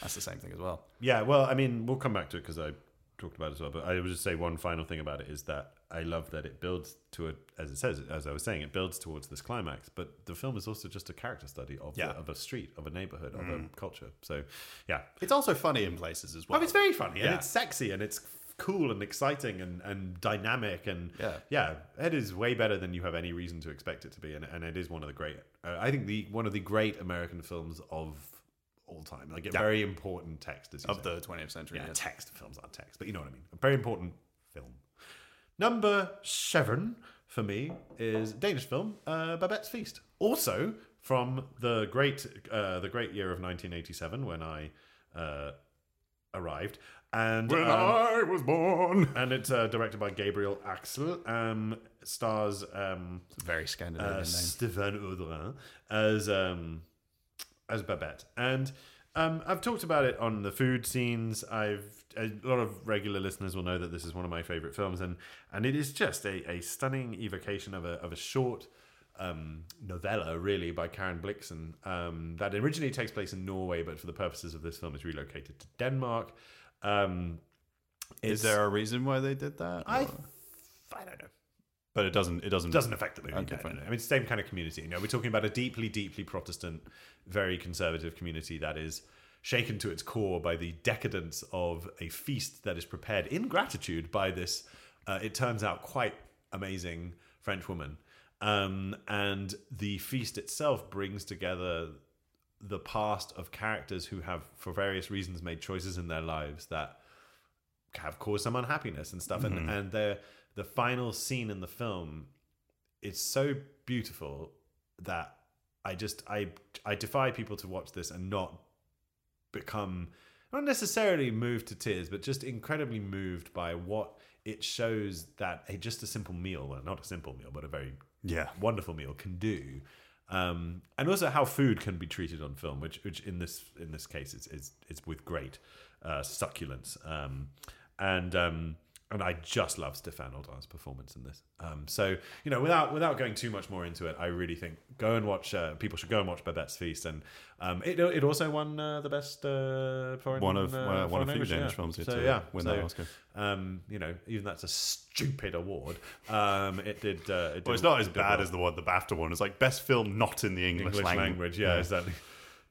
Speaker 1: that's the same thing as well.
Speaker 2: Yeah, well, I mean, we'll come back to it because I talked about it as well. But I would just say one final thing about it is that I love that it builds to it, as it says, as I was saying, it builds towards this climax. But the film is also just a character study of
Speaker 1: Yeah. Mm.
Speaker 2: the, of a street, of a neighborhood, of a culture. So, yeah,
Speaker 1: It's also funny in places as well.
Speaker 2: Oh, it's very funny and
Speaker 1: Yeah.
Speaker 2: it's sexy and it's cool and exciting and, and dynamic and
Speaker 1: Yeah.
Speaker 2: it is way better than you have any reason to expect it to be and, and it is one of the great uh, I think the one of the great American films of all time like a very important text as you
Speaker 1: of
Speaker 2: say.
Speaker 1: the 20th century.
Speaker 2: yeah,
Speaker 1: yes.
Speaker 2: text films aren't text but you know what I mean a very important film number seven for me is a Danish film uh, Babette's Feast also from the great uh, the great year of 1987 when I uh, arrived. And um,
Speaker 1: I was born,
Speaker 2: and it's uh, directed by Gabriel Axel. Um, stars um,
Speaker 1: it's a very Scandinavian
Speaker 2: uh,
Speaker 1: name.
Speaker 2: Stéphane Audrin as um, as Babette. And um, I've talked about it on the food scenes. I've a lot of regular listeners will know that this is one of my favorite films, and and it is just a, a stunning evocation of a of a short. Um, novella really by Karen Blixen um, that originally takes place in Norway, but for the purposes of this film, is relocated to Denmark. Um,
Speaker 1: Is
Speaker 2: it's-
Speaker 1: there a reason why they did that?
Speaker 2: I,
Speaker 1: Or-
Speaker 2: I don't know.
Speaker 1: but it doesn't. It doesn't.
Speaker 2: It doesn't affect the movie.
Speaker 1: Okay,
Speaker 2: no,
Speaker 1: fine.
Speaker 2: no, no. I mean, it's the same kind of community. You know, we're talking about a deeply, deeply Protestant, very conservative community that is shaken to its core by the decadence of a feast that is prepared in gratitude by this, uh, it turns out, quite amazing French woman. Um, and the feast itself brings together the past of characters who have, for various reasons, made choices in their lives that have caused some unhappiness and stuff.
Speaker 1: Mm-hmm.
Speaker 2: And and the the final scene in the film is so beautiful that I just I I defy people to watch this and not become not necessarily moved to tears, but just incredibly moved by what it shows that a just a simple meal, well, not a simple meal, but a very
Speaker 1: Yeah.
Speaker 2: wonderful meal can do. Um, and also how food can be treated on film, which, which in this in this case is is, is with great uh, succulence. Um, and um, and I just love Stefan Oldar's performance in this. Um, so you know, without without going too much more into it, I really think go and watch. Uh, people should go and watch Babette's Feast, and um, it it also won uh, the best uh, foreign
Speaker 1: One of
Speaker 2: uh,
Speaker 1: uh, one
Speaker 2: foreign
Speaker 1: of few
Speaker 2: language,
Speaker 1: Danish
Speaker 2: yeah.
Speaker 1: films did
Speaker 2: So,
Speaker 1: to
Speaker 2: yeah,
Speaker 1: win
Speaker 2: so,
Speaker 1: that Oscar.
Speaker 2: Um, you know, even that's a stupid award. Um, it did. Uh, it
Speaker 1: Well, it's
Speaker 2: did-
Speaker 1: not as
Speaker 2: it did
Speaker 1: bad
Speaker 2: well.
Speaker 1: as the one, the BAFTA one. It's like best film not in the English,
Speaker 2: English language. Yeah, exactly.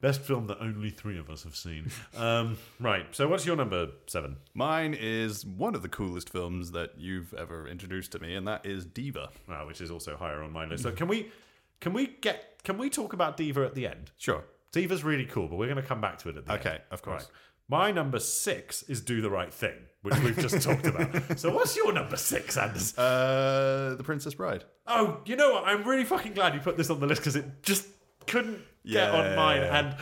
Speaker 2: Best film that only three of us have seen. Um, right. So, what's your number seven?
Speaker 1: Mine is one of the coolest films that you've ever introduced to me, and that is Diva.
Speaker 2: Uh, which is also higher on my list. So, can we can we get can we talk about Diva at the end?
Speaker 1: Sure.
Speaker 2: Diva's really cool, but we're going to come back to it at the end.
Speaker 1: Okay, of course.
Speaker 2: Right. My number six is Do the Right Thing, which we've
Speaker 1: *laughs*
Speaker 2: just talked about. So, what's your number six, Anders?
Speaker 1: Uh, The Princess Bride.
Speaker 2: Oh, you know what? I'm really fucking glad you put this on the list because it just couldn't
Speaker 1: Yeah.
Speaker 2: get on mine. And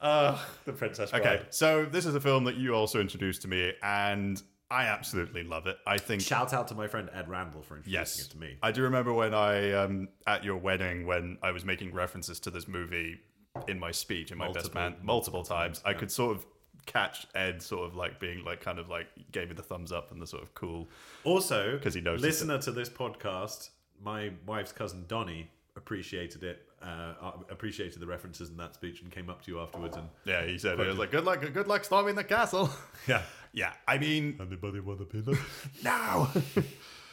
Speaker 2: uh, the Princess Bride.
Speaker 1: Okay, so this is a film that you also introduced to me, and I absolutely love it. I think
Speaker 2: Shout out to my friend Ed Randall for introducing
Speaker 1: Yes.
Speaker 2: it to me.
Speaker 1: I do remember when I um, at your wedding when I was making references to this movie in my speech in my best man multiple times. I could sort of catch Ed sort of like being like kind of like gave me the thumbs up and the sort of cool.
Speaker 2: Also,
Speaker 1: 'Cause he noticed
Speaker 2: listener to this podcast, my wife's cousin Donnie appreciated it, uh, uh, appreciated the references in that speech, and came up to you afterwards and
Speaker 1: Yeah, he said it was like good luck, good luck storming the castle.
Speaker 2: *laughs*
Speaker 1: *laughs*
Speaker 2: yeah,
Speaker 1: yeah, I mean
Speaker 2: anybody want a pillow?
Speaker 1: no.
Speaker 2: *laughs*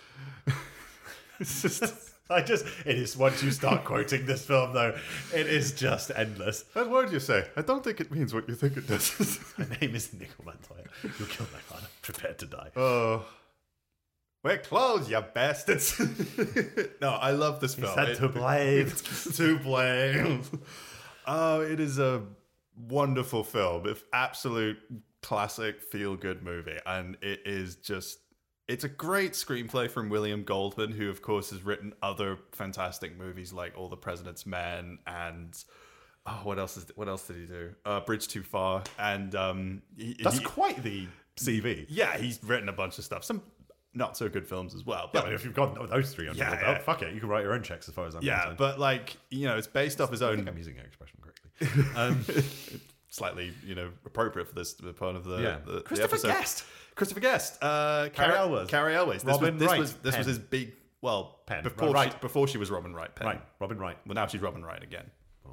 Speaker 2: It's just- I just it is once you start quoting this film though, it is just endless.
Speaker 1: That word you say, I don't think it means what you think it does. *laughs*
Speaker 2: *laughs* My name is Nickel Montoya. You killed my father. Prepared to die.
Speaker 1: oh. We're closed, you bastards. *laughs* no, I love this film.
Speaker 2: Said
Speaker 1: It-
Speaker 2: to blade.
Speaker 1: *laughs* to blame. Oh, it is a wonderful film. If absolute classic feel good movie, and it is just. It's a great screenplay from William Goldman, who, of course, has written other fantastic movies like All the President's Men and oh, what else is what else did he do? Uh, Bridge Too Far, and um, he-
Speaker 2: That's
Speaker 1: he-
Speaker 2: quite the CV.
Speaker 1: yeah, he's written a bunch of stuff. Some not so good films as well, but
Speaker 2: I mean, if you've got those three under
Speaker 1: Yeah,
Speaker 2: your belt,
Speaker 1: yeah.
Speaker 2: fuck it, you can write your own checks as far as I'm
Speaker 1: yeah,
Speaker 2: concerned.
Speaker 1: but like you know, it's based off his
Speaker 2: I
Speaker 1: own
Speaker 2: think I'm using that expression correctly. *laughs* Um,
Speaker 1: slightly, you know, appropriate for this part of the,
Speaker 2: Yeah.
Speaker 1: the- the
Speaker 2: Christopher
Speaker 1: episode.
Speaker 2: Guest.
Speaker 1: Christopher Guest. Uh,
Speaker 2: Carrie Elwes.
Speaker 1: Carrie Elwes. This
Speaker 2: Robin
Speaker 1: was this
Speaker 2: Wright
Speaker 1: was this was
Speaker 2: Penn.
Speaker 1: his big well
Speaker 2: Penn.
Speaker 1: before
Speaker 2: Right.
Speaker 1: she, before she was Robin Wright Penn.
Speaker 2: right, Robin Wright.
Speaker 1: Well, now she's Robin Wright again.
Speaker 2: Oh.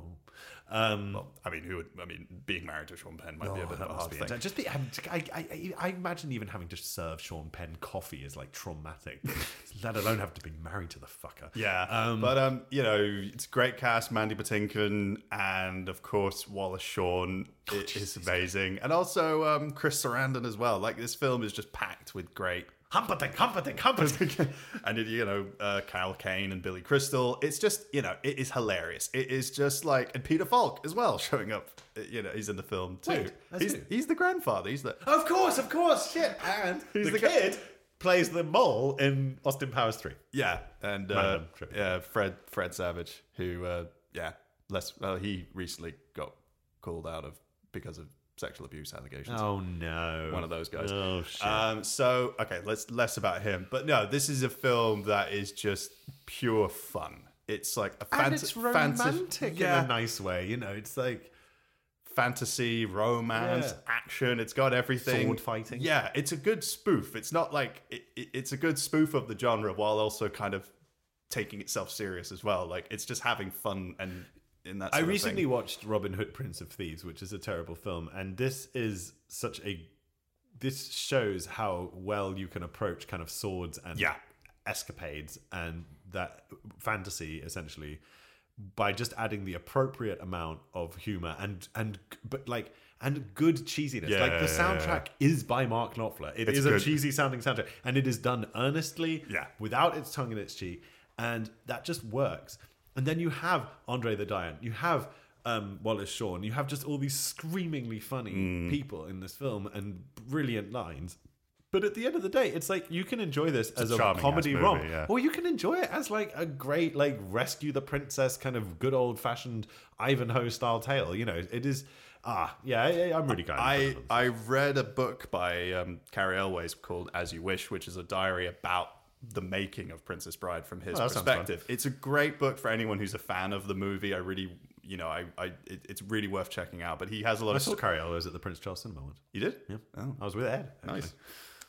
Speaker 2: Um,
Speaker 1: Well, I mean, who would? I mean, being married to Sean Penn might be a
Speaker 2: oh,
Speaker 1: bit
Speaker 2: that
Speaker 1: of a
Speaker 2: must
Speaker 1: hard
Speaker 2: be
Speaker 1: thing.
Speaker 2: intense. Just be, I, I, I- I imagine even having to serve Sean Penn coffee is like traumatic,
Speaker 1: *laughs*
Speaker 2: let alone have to be married to the fucker.
Speaker 1: Yeah, but um, you know, it's a great cast: Mandy Patinkin and of course Wallace Shawn.
Speaker 2: Oh,
Speaker 1: It is amazing, and also um, Chris Sarandon as well. Like this film is just packed with great
Speaker 2: Humperdinck, Humperdinck, Humperdinck.
Speaker 1: *laughs* and it, you know uh, Kyle Kane and Billy Crystal. It's just you know it is hilarious. It is just like and Peter Falk as well *laughs* showing up. Uh, You know he's in the film too.
Speaker 2: Wait, that's
Speaker 1: he's,
Speaker 2: who?
Speaker 1: he's the grandfather. He's the
Speaker 2: of course, of course, shit. And
Speaker 1: He's
Speaker 2: the,
Speaker 1: the guy-
Speaker 2: kid plays the mole in Austin Powers 3.
Speaker 1: yeah and uh,
Speaker 2: Random trivia.
Speaker 1: yeah Fred Fred Savage who uh, yeah less well he recently got called out of because of sexual abuse allegations.
Speaker 2: Oh, no.
Speaker 1: One of those guys.
Speaker 2: Oh, shit.
Speaker 1: Um, so okay, let's less about him. But no, this is a film that is just pure fun. It's like a
Speaker 2: and
Speaker 1: fanta-
Speaker 2: it's
Speaker 1: fantas-
Speaker 2: romantic
Speaker 1: yeah,
Speaker 2: in a nice way. You know, it's like
Speaker 1: fantasy, romance,
Speaker 2: Yeah.
Speaker 1: action. It's got everything.
Speaker 2: Sword fighting.
Speaker 1: Yeah, it's a good spoof. It's not like it, it- it's a good spoof of the genre while also kind of taking itself serious as well. Like it's just having fun and in that.
Speaker 2: I
Speaker 1: Sort of
Speaker 2: recently
Speaker 1: thing.
Speaker 2: watched Robin Hood, Prince of Thieves, which is a terrible film, and this is such a. This shows how well you can approach kind of swords and
Speaker 1: Yeah.
Speaker 2: escapades and that fantasy essentially by just adding the appropriate amount of humor and and but like and good cheesiness.
Speaker 3: Yeah,
Speaker 2: like
Speaker 3: yeah,
Speaker 2: the
Speaker 3: yeah,
Speaker 2: soundtrack is by Mark Knopfler. It
Speaker 3: It's
Speaker 2: is a
Speaker 3: good.
Speaker 2: cheesy sounding soundtrack, and it is done earnestly,
Speaker 3: Yeah.
Speaker 2: without its tongue in its cheek, and that just works. And then you have Andre the Giant, you have um, Wallace Shawn, you have just all these screamingly funny people in this film and brilliant lines. But at the end of the day, it's like you can enjoy this as a
Speaker 3: charming-ass
Speaker 2: comedy
Speaker 3: movie,
Speaker 2: rom,
Speaker 3: yeah.
Speaker 2: or you can enjoy it as like a great like rescue the princess kind of good old fashioned Ivanhoe style tale. You know, it is ah yeah, I, I'm really kind. of
Speaker 1: I I read a book by um, Carrie Elways called As You Wish, which is a diary about the making of Princess Bride from his
Speaker 2: Oh, that sounds fun.
Speaker 1: perspective. It's a great book for anyone who's a fan of the movie. I really, you know, I, I it, it's really worth checking out. But he has a lot
Speaker 2: I
Speaker 1: of.
Speaker 2: saw Carrie Elwes at the Prince Charles Cinema once.
Speaker 1: you did? Yeah. Oh,
Speaker 2: I was with Ed. actually.
Speaker 1: nice.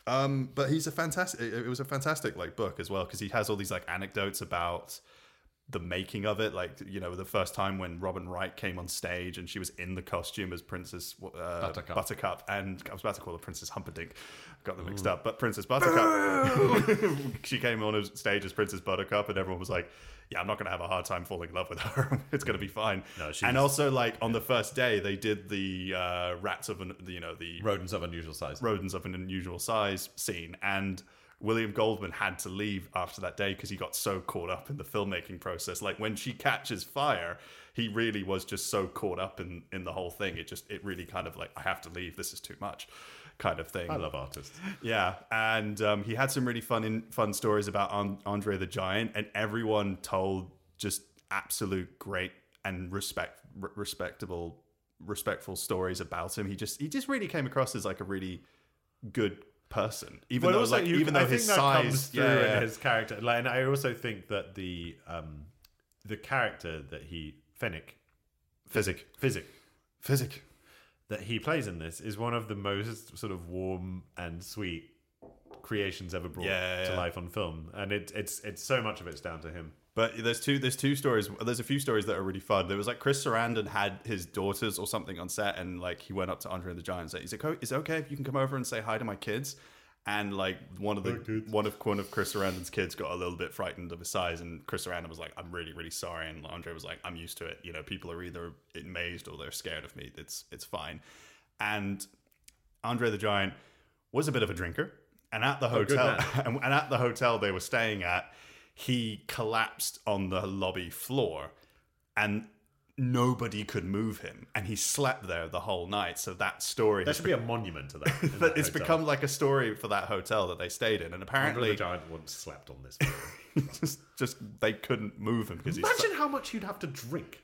Speaker 1: Um, but he's a fantastic. It it was a fantastic like book as well because he has all these like anecdotes about the making of it. Like you know, the first time when Robin Wright came on stage and she was in the costume as Princess uh,
Speaker 2: Buttercup.
Speaker 1: Buttercup, and I was about to call her Princess Humperdinck, got them mixed up. But Princess Buttercup, *laughs* she came on as- stage as Princess Buttercup, and everyone was like. Yeah, I'm not going to have a hard time falling in love with her. *laughs* it's going to be fine.
Speaker 2: No, she's-
Speaker 1: and also, like on the first day, they did the uh, rats of an, you know, the
Speaker 2: Rodents of unusual size.
Speaker 1: rodents of an unusual size scene and William Goldman had to leave after that day because he got so caught up in the filmmaking process. Like when she catches fire, he really was just so caught up in in the whole thing. It just it really kind of like I have to leave. This is too much, kind of thing.
Speaker 2: I love artists.
Speaker 1: Yeah, and um, he had some really fun in, fun stories about An- Andre the Giant, and everyone told just absolute great and respect re- respectable respectful stories about him. He just he just really came across as like a really good person, even
Speaker 2: Well,
Speaker 1: though like even though
Speaker 2: I
Speaker 1: his
Speaker 2: think that comes
Speaker 1: size,
Speaker 2: through
Speaker 1: yeah, yeah,
Speaker 2: in his character. Like, and I also think that the um, the character that he Fennec
Speaker 1: physic,
Speaker 2: Physic
Speaker 1: physic.
Speaker 2: that he plays in this is one of the most sort of warm and sweet creations ever brought
Speaker 1: Yeah,
Speaker 2: to
Speaker 1: yeah.
Speaker 2: life on film, and it, it's it's so much of it's down to him.
Speaker 1: But there's two there's two stories there's a few stories that are really fun. There was like Chris Sarandon had his daughters or something on set, and like he went up to Andre the Giant and said, "Is it co- is it okay if you can come over and say hi to my kids?" And like one of the one of one of Chris Sarandon's kids got a little bit frightened of his size, and Chris Sarandon was like, "I'm really really sorry," and Andre was like, "I'm used to it. You know, people are either amazed or they're scared of me. It's it's fine." And Andre the Giant was a bit of a drinker, and at the
Speaker 2: Oh, good
Speaker 1: hotel, *laughs* and, and at the hotel they were staying at, he collapsed on the lobby floor, and nobody could move him, and he slept there the whole night. So that story,
Speaker 2: There
Speaker 1: has,
Speaker 2: should be a monument to that. *laughs* in
Speaker 1: but
Speaker 2: that
Speaker 1: it's
Speaker 2: hotel.
Speaker 1: become like a story for that hotel that they stayed in, and
Speaker 2: Andre the
Speaker 1: apparently,
Speaker 2: Giant once slept on this. floor.
Speaker 1: *laughs* just, just they couldn't move him because he's.
Speaker 2: Imagine how much you'd have to drink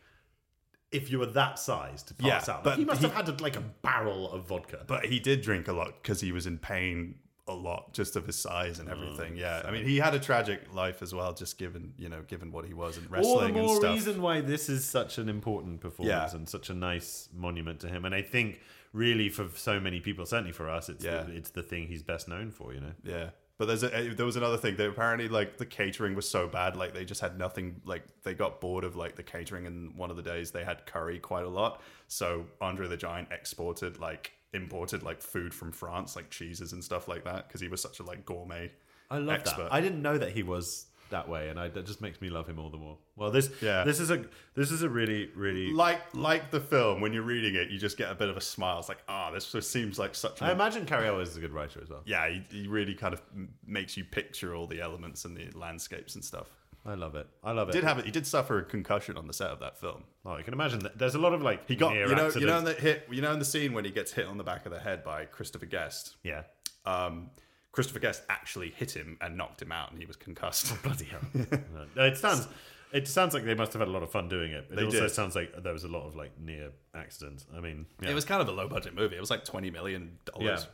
Speaker 2: if you were that size to
Speaker 1: Yeah,
Speaker 2: pass out.
Speaker 1: but
Speaker 2: Like, he must
Speaker 1: he-
Speaker 2: have had like a barrel of vodka.
Speaker 1: but he did drink a lot because he was in pain a lot just of his size
Speaker 2: Mm,
Speaker 1: and everything yeah i mean he had a tragic life as well just given you know given what he was in
Speaker 2: all the
Speaker 1: wrestling and
Speaker 2: more
Speaker 1: stuff
Speaker 2: reason why this is such an important performance
Speaker 1: Yeah.
Speaker 2: and such a nice monument to him. And I think, really, for so many people, certainly for us, it's
Speaker 1: Yeah.
Speaker 2: the, it's the thing he's best known for. You know,
Speaker 1: yeah but there's a, uh, there was another thing that apparently like the catering was so bad like they just had nothing like they got bored of like the catering and one of the days they had curry quite a lot so andre the giant exported like imported like food from france like cheeses and stuff like that because he was such a like gourmet
Speaker 2: I love
Speaker 1: Expert.
Speaker 2: that. I didn't know that he was that way, and I, that just makes me love him all the more. Well, this
Speaker 1: Yeah.
Speaker 2: this is a this is a really really.
Speaker 1: like like the film when you're reading it you just get a bit of a smile it's like ah this just seems like such
Speaker 2: I
Speaker 1: an
Speaker 2: imagine Carriel is a good writer as well.
Speaker 1: yeah he, he really kind of m- makes you picture all the elements and the landscapes and stuff
Speaker 2: I love it. I love it.
Speaker 1: did have it he did suffer a concussion on the set of that film
Speaker 2: oh, I can imagine that. There's a lot of like
Speaker 1: he got
Speaker 2: near
Speaker 1: you know you know in
Speaker 2: accidents.
Speaker 1: the hit you know in the scene when he gets hit on the back of the head by christopher guest
Speaker 2: yeah.
Speaker 1: um christopher guest actually hit him and knocked him out and he was concussed *laughs*
Speaker 2: Bloody hell! No, it sounds. It sounds like they must have had a lot of fun doing it. It
Speaker 1: They
Speaker 2: also
Speaker 1: did.
Speaker 2: sounds like there was a lot of like near accidents. I mean, yeah.
Speaker 1: it was kind of a low budget movie it was like 20 million dollars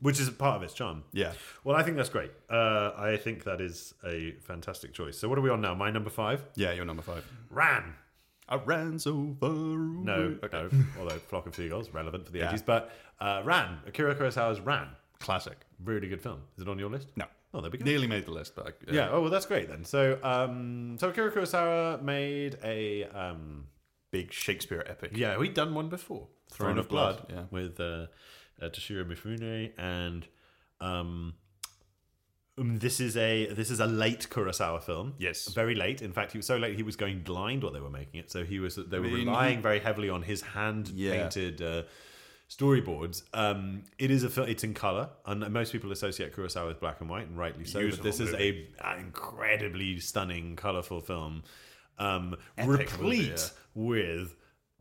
Speaker 2: which is part of its charm.
Speaker 1: yeah.
Speaker 2: Well, I think that's great. Uh, I think that is a fantastic choice. So, what are we on now? My number five,
Speaker 1: yeah you're number five
Speaker 2: Ran.
Speaker 1: i ran so far
Speaker 2: No,
Speaker 1: away.
Speaker 2: no. *laughs* Although Flock of Seagulls relevant for the
Speaker 1: Yeah.
Speaker 2: eighties, but uh, Ran, Akira Kurosawa's Ran,
Speaker 1: classic
Speaker 2: really good film. Is it on your list?
Speaker 1: no
Speaker 2: Oh, there we go.
Speaker 1: nearly made the list, but uh, I,
Speaker 2: Yeah. Oh well, that's great then. So, um, so Akira Kurosawa made a um,
Speaker 1: big Shakespeare epic.
Speaker 2: Yeah, we'd done one before. Throne, of,
Speaker 1: of
Speaker 2: Blood,
Speaker 1: Blood, yeah.
Speaker 2: with uh, uh, Toshiro Mifune and um, um, this is a this is a late Kurosawa film.
Speaker 1: Yes.
Speaker 2: very late. In fact, he was so late he was going blind while they were making it. So he was they were
Speaker 4: mean, he-
Speaker 2: relying very heavily on his hand painted uh, storyboards. Um, it is a film. It's in color, and most people associate Kurosawa with black and white, and rightly so. But
Speaker 1: Beautiful
Speaker 2: this is
Speaker 1: movie.
Speaker 2: a an incredibly stunning, colorful film, um,
Speaker 4: Epic movie,
Speaker 2: replete
Speaker 4: yeah.
Speaker 2: with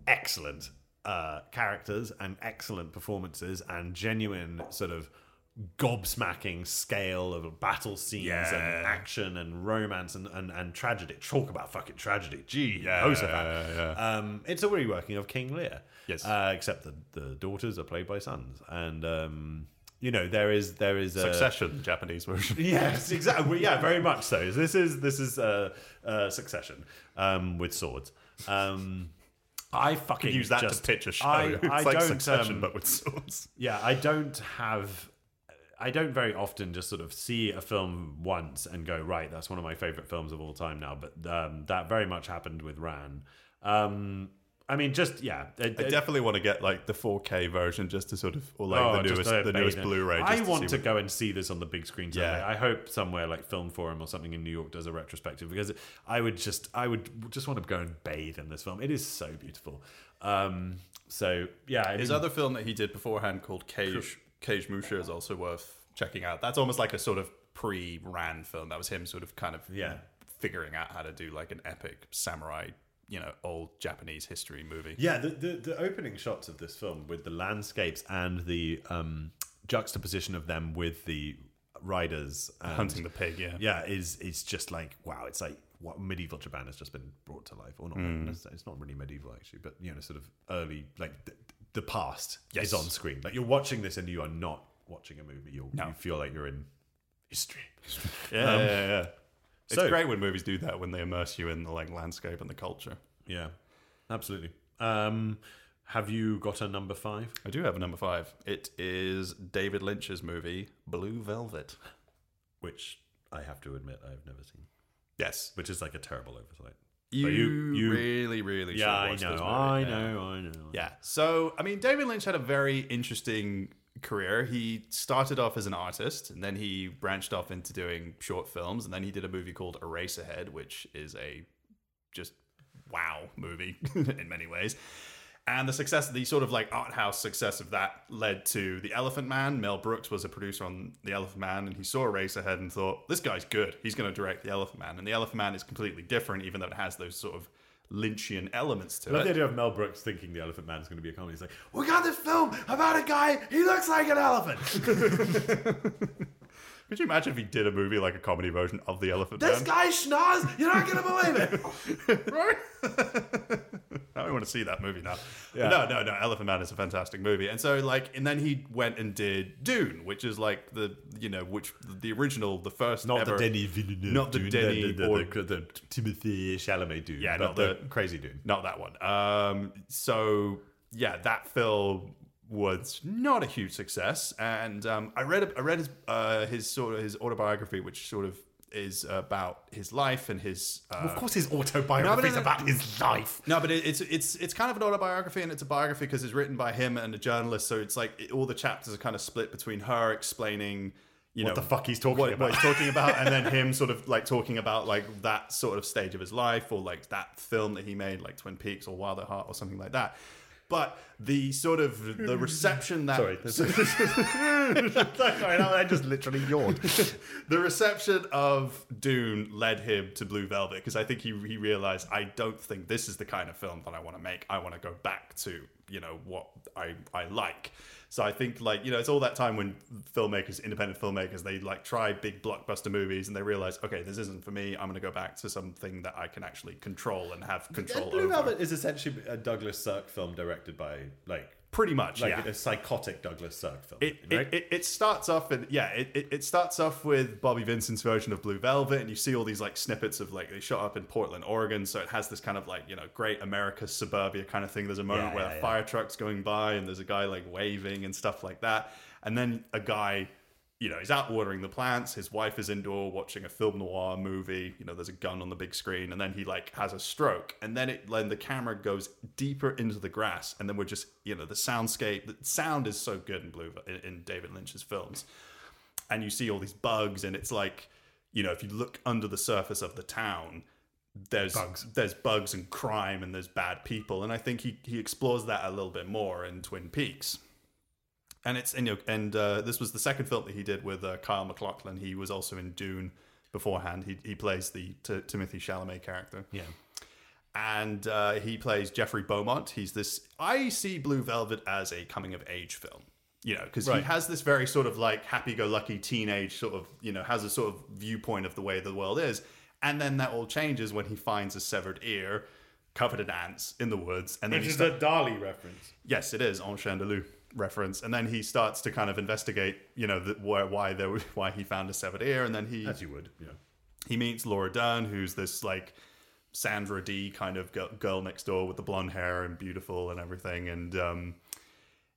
Speaker 2: excellent uh, characters and excellent performances and genuine sort of gobsmacking scale of battle scenes
Speaker 1: Yeah.
Speaker 2: and action and romance and, and, and tragedy. Talk about fucking tragedy. Gee,
Speaker 1: Yeah,
Speaker 2: Jehoshaphat.
Speaker 1: yeah, yeah.
Speaker 2: Um, it's a reworking of King Lear.
Speaker 1: Yes.
Speaker 2: Uh, except the, the daughters are played by sons. And, um, you know, there is... There is a,
Speaker 1: Succession, the Japanese
Speaker 4: *laughs*
Speaker 1: version.
Speaker 2: Yes, exactly. Yeah, very much so. This is this is uh, uh, Succession um, with swords. Um, I fucking
Speaker 1: Use that
Speaker 2: just,
Speaker 1: to pitch a show.
Speaker 2: *laughs* I,
Speaker 1: *laughs* it's
Speaker 2: I
Speaker 1: like
Speaker 2: don't,
Speaker 1: Succession,
Speaker 2: um,
Speaker 1: but
Speaker 4: *laughs*
Speaker 1: with swords.
Speaker 2: yeah, I don't have. I don't very often just sort of see a film once and go right. That's one of my favorite films of all time now. But um, that very much happened with Ran. Um, I mean, just yeah, it-
Speaker 1: I
Speaker 2: it-
Speaker 1: definitely want to get like the 4K version just to sort of, or like
Speaker 2: oh,
Speaker 1: the
Speaker 2: just
Speaker 1: newest,
Speaker 2: a
Speaker 1: the newest
Speaker 2: beta.
Speaker 1: Blu-ray. Just
Speaker 2: I
Speaker 1: to see
Speaker 2: want to
Speaker 1: what-
Speaker 2: go and see this on the big screen. Someday.
Speaker 1: Yeah.
Speaker 2: I hope somewhere like Film Forum or something in New York does a retrospective because I would just, I would just want to go and bathe in this film. It is so beautiful. Um, so yeah, I
Speaker 4: His
Speaker 1: Hmm.
Speaker 2: mean-
Speaker 4: other film that he did beforehand called Cage Cage Musha is also worth checking out. That's almost like a sort of pre-Ran film. That was him sort of kind of
Speaker 2: Yeah.
Speaker 4: figuring out how to do like an epic samurai, you know, old Japanese history movie.
Speaker 2: Yeah, the, the the opening shots of this film with the landscapes and the um, juxtaposition of them with the riders and,
Speaker 1: hunting the pig. Yeah.
Speaker 2: Yeah, is is just like wow. It's like what medieval Japan has just been brought to life, or not? It's, it's not really medieval actually, but you know, sort of early like the, the past
Speaker 1: Yes.
Speaker 2: is on screen. Like you're watching this and you are not watching a movie. You you feel like you're in history.
Speaker 1: Yeah, yeah, yeah, yeah. It's
Speaker 2: so-
Speaker 1: great when movies do that when they immerse you in the like landscape and the culture.
Speaker 2: yeah, absolutely. Um, have you got a number five?
Speaker 4: I do have a number five. It is David Lynch's movie Blue Velvet.
Speaker 2: Which I have to admit I've never seen.
Speaker 1: Yes.
Speaker 2: which is like a terrible oversight.
Speaker 4: You,
Speaker 2: you- you-
Speaker 4: really, really should watch this movie. Yeah.
Speaker 2: I know.
Speaker 4: Yeah. So, I mean, David Lynch had a very interesting career. He started off as an artist, and then he branched off into doing short films, and then he did a movie called Eraserhead, which is a just wow movie *laughs* in many ways. And the success, the sort of like art house success of that led to The Elephant Man. Mel Brooks was a producer on The Elephant Man, and he saw Eraserhead and thought, this guy's good. He's going to direct The Elephant Man. And The Elephant Man is completely different, even though it has those sort of Lynchian elements to
Speaker 2: I love
Speaker 4: it.
Speaker 2: the idea of Mel Brooks thinking The Elephant Man is going to be a comedy. He's like, we got this film about a guy, he looks like an elephant.
Speaker 1: Could you imagine if he did a movie like a comedy version of The Elephant
Speaker 2: This
Speaker 1: *laughs* Man?
Speaker 2: guy schnars, you're not going to believe it.
Speaker 1: Now I want to see that movie now.
Speaker 2: Yeah.
Speaker 1: No, no, no. Elephant Man is a fantastic movie. And so like, and then he went and did Dune, which is like the you know, which the original, the first
Speaker 2: *laughs* Not
Speaker 1: ever,
Speaker 2: the Denny Villeneuve
Speaker 1: Not the
Speaker 2: Dune,
Speaker 1: Denny
Speaker 2: the, the,
Speaker 1: or-
Speaker 2: the, the Timothy Chalamet Dune.
Speaker 1: Yeah,
Speaker 2: but
Speaker 1: not
Speaker 2: the,
Speaker 1: the-
Speaker 2: crazy Dune.
Speaker 1: *laughs* not that one. Um, so yeah, that film was not a huge success, and um, I read I read his uh, his sort of his autobiography, which sort of is about his life and his. Uh,
Speaker 2: course, his autobiography
Speaker 4: is about
Speaker 2: his life.
Speaker 4: No, but it, it's it's it's kind of an autobiography, and it's a biography because it's written by him and a journalist. So it's like it- all the chapters are kind of split between her explaining, you know,
Speaker 2: What the fuck he's talking
Speaker 1: what,
Speaker 2: about.
Speaker 1: what he's talking about, and
Speaker 2: *laughs*
Speaker 1: then him sort of like talking about like that sort of stage of his life, or like that film that he made, like Twin Peaks or Wild at Heart or something like that. But the sort of
Speaker 2: *laughs*
Speaker 1: the reception that
Speaker 2: Sorry, that's- Sorry, I just literally *laughs* yawned.
Speaker 1: the reception of Dune led him to Blue Velvet because I think he he realized I don't think this is the kind of film that I want to make. I want to go back to you know what I I like. So I think like you know it's all that time when filmmakers, independent filmmakers, they like try big blockbuster movies and they realize okay this isn't for me. I'm going to go back to something that I can actually control and have control
Speaker 2: Blue
Speaker 1: over.
Speaker 2: Velvet is essentially a Douglas Sirk film directed by like
Speaker 1: Pretty much,
Speaker 2: like
Speaker 1: yeah.
Speaker 2: a psychotic Douglas Sirk film.
Speaker 1: it,
Speaker 2: right?
Speaker 1: it, it, it starts off and yeah it, it, it starts off with bobby vincent's version of blue velvet and you see all these like snippets of like they shot up in portland oregon so it has this kind of like you know great america suburbia kind of thing there's a moment
Speaker 2: Yeah,
Speaker 1: where
Speaker 2: yeah,
Speaker 1: a
Speaker 2: yeah.
Speaker 1: fire truck's going by and there's a guy like waving and stuff like that and then a guy you know he's out watering the plants his wife is indoor watching a film noir movie you know there's a gun on the big screen and then he like has a stroke and then it then the camera goes deeper into the grass and then we're just you know the soundscape the sound is so good in blue in, in david lynch's films and you see all these bugs, and it's like, you know, if you look under the surface of the town, there's
Speaker 5: Bugs.
Speaker 1: there's bugs and crime and there's bad people, and I think he he explores that a little bit more in Twin Peaks. And it's and, you know, and uh, this was the second film that he did with uh, Kyle MacLachlan. He was also in Dune beforehand. He he plays the T- Timothy Chalamet character
Speaker 2: Yeah.
Speaker 1: and uh, he plays Jeffrey Beaumont. He's this. I see Blue Velvet as a coming of age film, you know, because he
Speaker 5: Right.
Speaker 1: has this very sort of like happy go lucky teenage sort of, you know, has a sort of viewpoint of the way the world is. And then that all changes when he finds a severed ear covered in ants in the woods. And then
Speaker 2: Which
Speaker 1: he
Speaker 2: is
Speaker 1: sta-
Speaker 2: a Dali reference.
Speaker 1: yes, it is on Chandelou reference. And then he starts to kind of investigate, you know, the, why, why there *laughs* was- why he found a severed ear. And then he
Speaker 2: As you would. Yeah.
Speaker 1: he meets Laura Dern, who's this like Sandra D kind of girl, girl next door with the blonde hair and beautiful and everything, and um,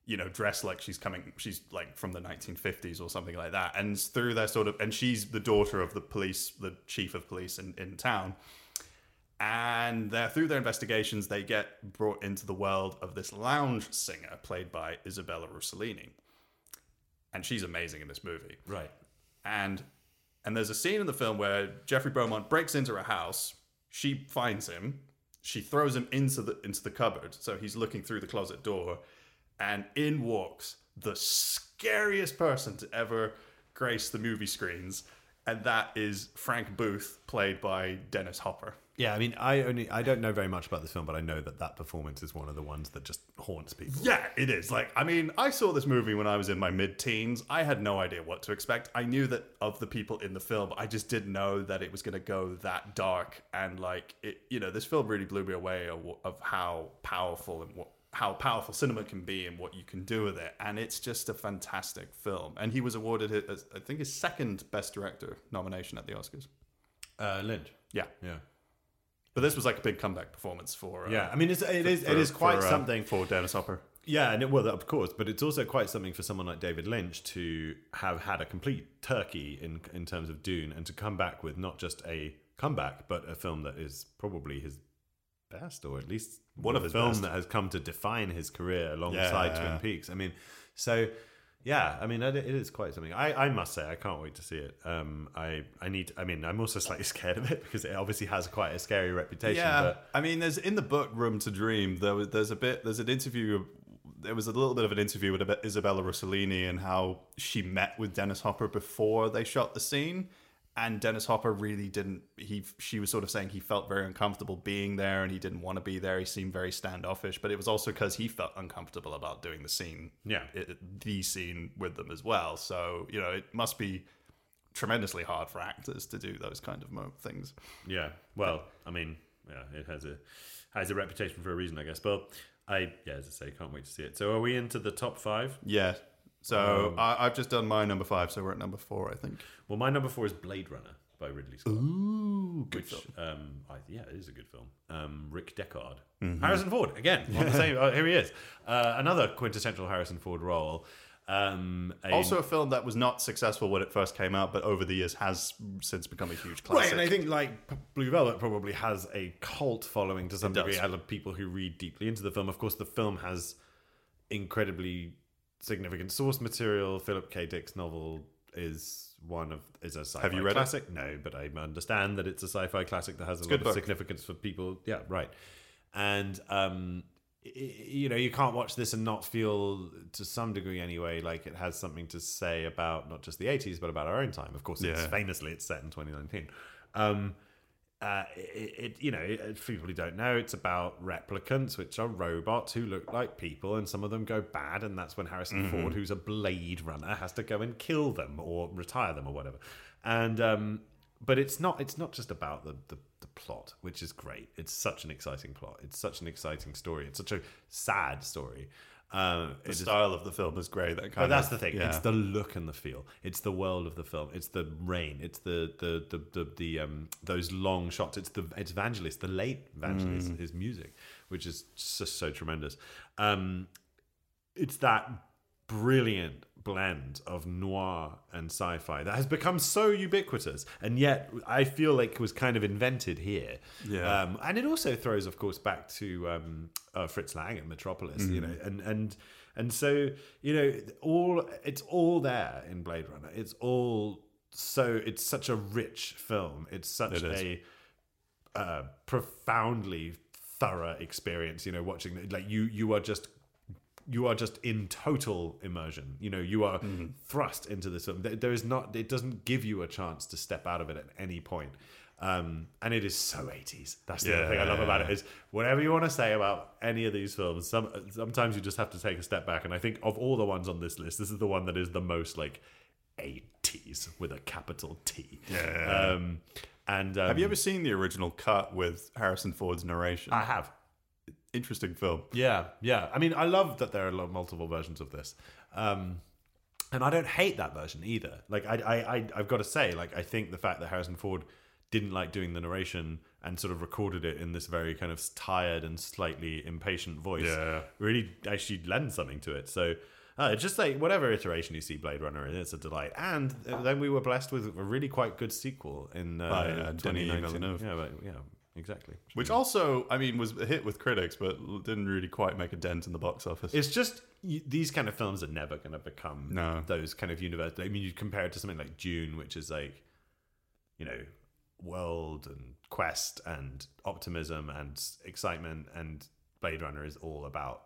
Speaker 1: you know, dressed like she's coming, she's like from the 1950s or something like that. And through their sort of, and she's the daughter of the police, the chief of police in, in town. And they're, through their investigations, they get brought into the world of this lounge singer played by Isabella Rossellini. And she's amazing in this movie
Speaker 2: Right.
Speaker 1: and and there's a scene in the film where Jeffrey Beaumont breaks into her house. She finds him. She throws him into the into the cupboard. So he's looking through the closet door, and in walks the scariest person to ever grace the movie screens, and that is Frank Booth, played by Dennis Hopper.
Speaker 2: Yeah, I mean, I only I don't know very much about this film, but I know that that performance is one of the ones that just haunts people.
Speaker 1: Yeah, it is. Like, I mean, I saw this movie when I was in my mid teens. I had no idea what to expect. I knew that of the people in the film, I just didn't know that it was going to go that dark. And, like, it, you know, this film really blew me away of, of how powerful and what. How powerful cinema can be and what you can do with it, and it's just a fantastic film. And he was awarded, his, I think, his second best director nomination at the Oscars.
Speaker 2: Uh, Lynch.
Speaker 1: Yeah,
Speaker 2: Yeah.
Speaker 1: but this was like a big comeback performance for. Uh,
Speaker 2: Yeah. I mean, it's, it is it is
Speaker 1: for-
Speaker 2: quite
Speaker 1: for, uh,
Speaker 2: something
Speaker 1: for Dennis Hopper.
Speaker 2: Yeah, and it, well, of course, but it's also quite something for someone like David Lynch to have had a complete turkey in in terms of Dune, and to come back with not just a comeback, but a film that is probably his best, or at least
Speaker 1: One of
Speaker 2: the
Speaker 1: his
Speaker 2: film
Speaker 1: best.
Speaker 2: that has come to define his career alongside
Speaker 1: Yeah.
Speaker 2: Twin Peaks. I mean, so yeah, I mean, it it is quite something. I, I must say, I can't wait to see it. Um, I I need. I mean, I'm also slightly *laughs* scared of it because it obviously has quite a scary reputation.
Speaker 1: Yeah,
Speaker 2: but
Speaker 1: I mean, there's in the book Room to Dream. There was there's a bit there's an interview. There was a little bit of an interview with Isabella Rossellini and how she met with Dennis Hopper before they shot the scene. And Dennis Hopper really didn't. He she was sort of saying he felt very uncomfortable being there and he didn't want to be there. He seemed very standoffish, but it was also because he felt uncomfortable about doing the scene,
Speaker 2: Yeah.
Speaker 1: it, the scene with them as well. So you know, it must be tremendously hard for actors to do those kind of mo- things.
Speaker 2: Yeah. Well, I mean, yeah, it has a has a reputation for a reason, I guess. But I, yeah, as I say, can't wait to see it. So, are we into the top five?
Speaker 1: Yeah. So
Speaker 2: Um,
Speaker 1: I, I've just done my number five, so we're at number four, I think.
Speaker 2: Well, my number four is Blade Runner by Ridley Scott,
Speaker 1: Ooh,
Speaker 2: which, um, I, yeah, it is a good film. Um, Rick Deckard, Harrison Ford again on the same. Oh, here he is, uh, another quintessential Harrison Ford role. Um, a-
Speaker 1: Also, a film that was not successful when it first came out, but over the years has since become a huge
Speaker 2: Right,
Speaker 1: classic.
Speaker 2: and I think like P- Blue Velvet probably has a cult following to some
Speaker 1: does.
Speaker 2: degree out of people who read deeply into the film. Of course, the film has incredibly significant source material. Philip K. Dick's novel is one of is a sci-fi
Speaker 1: Have you read it?
Speaker 2: classic. No, but I understand that it's a sci-fi classic that has a lot
Speaker 1: good
Speaker 2: of
Speaker 1: book.
Speaker 2: significance for people. Yeah, right. And um, y- y- you know, you can't watch this and not feel, to some degree anyway, like it has something to say about not just the '80s but about our own time. Of course, it's
Speaker 1: Yeah.
Speaker 2: famously it's set in 2019. Um, uh, it, it you know it, for people who don't know it's about replicants which are robots who look like people and some of them go bad and that's when harrison
Speaker 1: Mm-hmm.
Speaker 2: ford who's a blade runner has to go and kill them or retire them or whatever and um but it's not it's not just about the the, the plot which is great it's such an exciting plot it's such an exciting story it's such a sad story um
Speaker 1: the
Speaker 2: it is-
Speaker 1: style of the film is great. That kind
Speaker 2: but that's
Speaker 1: of,
Speaker 2: the thing.
Speaker 1: Yeah.
Speaker 2: It's the look and the feel. It's the world of the film. It's the rain. It's the the the the, the um those long shots. It's the it's Vangelis, the late Vangelis, his music, which is just so tremendous. Um, it's that brilliant blend of noir and sci-fi that has become so ubiquitous and yet i feel like was kind of invented here
Speaker 1: Yeah.
Speaker 2: um, and it also throws of course back to um, uh, fritz lang at metropolis you
Speaker 1: Mm-hmm.
Speaker 2: know and and and so you know all it's all there in blade runner it's all so it's such a rich film it's
Speaker 1: It
Speaker 2: such
Speaker 1: is.
Speaker 2: a uh, profoundly thorough experience. You know, watching the- like you you are just you are just in total immersion. You know, you are
Speaker 1: Mm-hmm.
Speaker 2: thrust into this film. There- there is not it doesn't give you a chance to step out of it at any point. Um, and it is so 80s. That's the other thing I love about it is whatever you want to say about any of these films, some sometimes you just have to take a step back. And I think of all the ones on this list, this is the one that is the most like 80s with a capital T. Yeah. Um, and um,
Speaker 1: Have you ever seen the original cut with Harrison Ford's narration?
Speaker 2: I have.
Speaker 1: Interesting film.
Speaker 2: Yeah, yeah. I mean, I love that there are lo- multiple versions of this, um, and I don't hate that version either. Like, I, I, I, I've got to say, like, I think the fact that Harrison Ford didn't like doing the narration and sort of recorded it in this very kind of tired and slightly impatient voice
Speaker 1: Yeah.
Speaker 2: really actually lends something to it. So. Uh, just like whatever iteration you see Blade Runner in, it's a delight. And then we were blessed with a really quite good sequel in uh,
Speaker 1: By, uh, Denis
Speaker 2: 2019.
Speaker 1: Villeneuve.
Speaker 2: Yeah, but, yeah, exactly.
Speaker 1: Which also, I mean, was a hit with critics, but didn't really quite make a dent in the box office.
Speaker 2: It's just y these kind of films are never going to become
Speaker 1: No.
Speaker 2: those kind of universe. I mean, you compare it to something like Dune, which is like, you know, world and quest and optimism and excitement, and Blade Runner is all about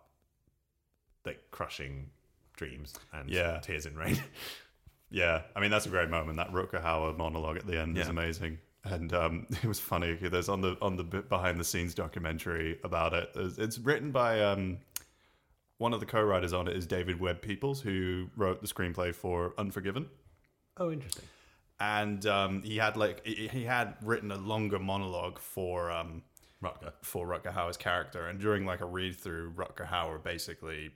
Speaker 2: like crushing dreams and
Speaker 1: Yeah.
Speaker 2: tears in rain. *laughs*
Speaker 1: Yeah, I mean that's a great moment. That Rutger Hauer monologue at the end is
Speaker 2: Yeah.
Speaker 1: amazing, and um, *laughs* it was funny. There's on the on the bit behind the scenes documentary about it. It's it's written by um, one of the co-writers on it is David Webb Peoples, who wrote the screenplay for Unforgiven
Speaker 2: oh, interesting.
Speaker 1: and um, he had like he he had written a longer monologue for um,
Speaker 2: Rutger.
Speaker 1: for Rutger Hauer's character, and during like a read through, Rutger Hauer basically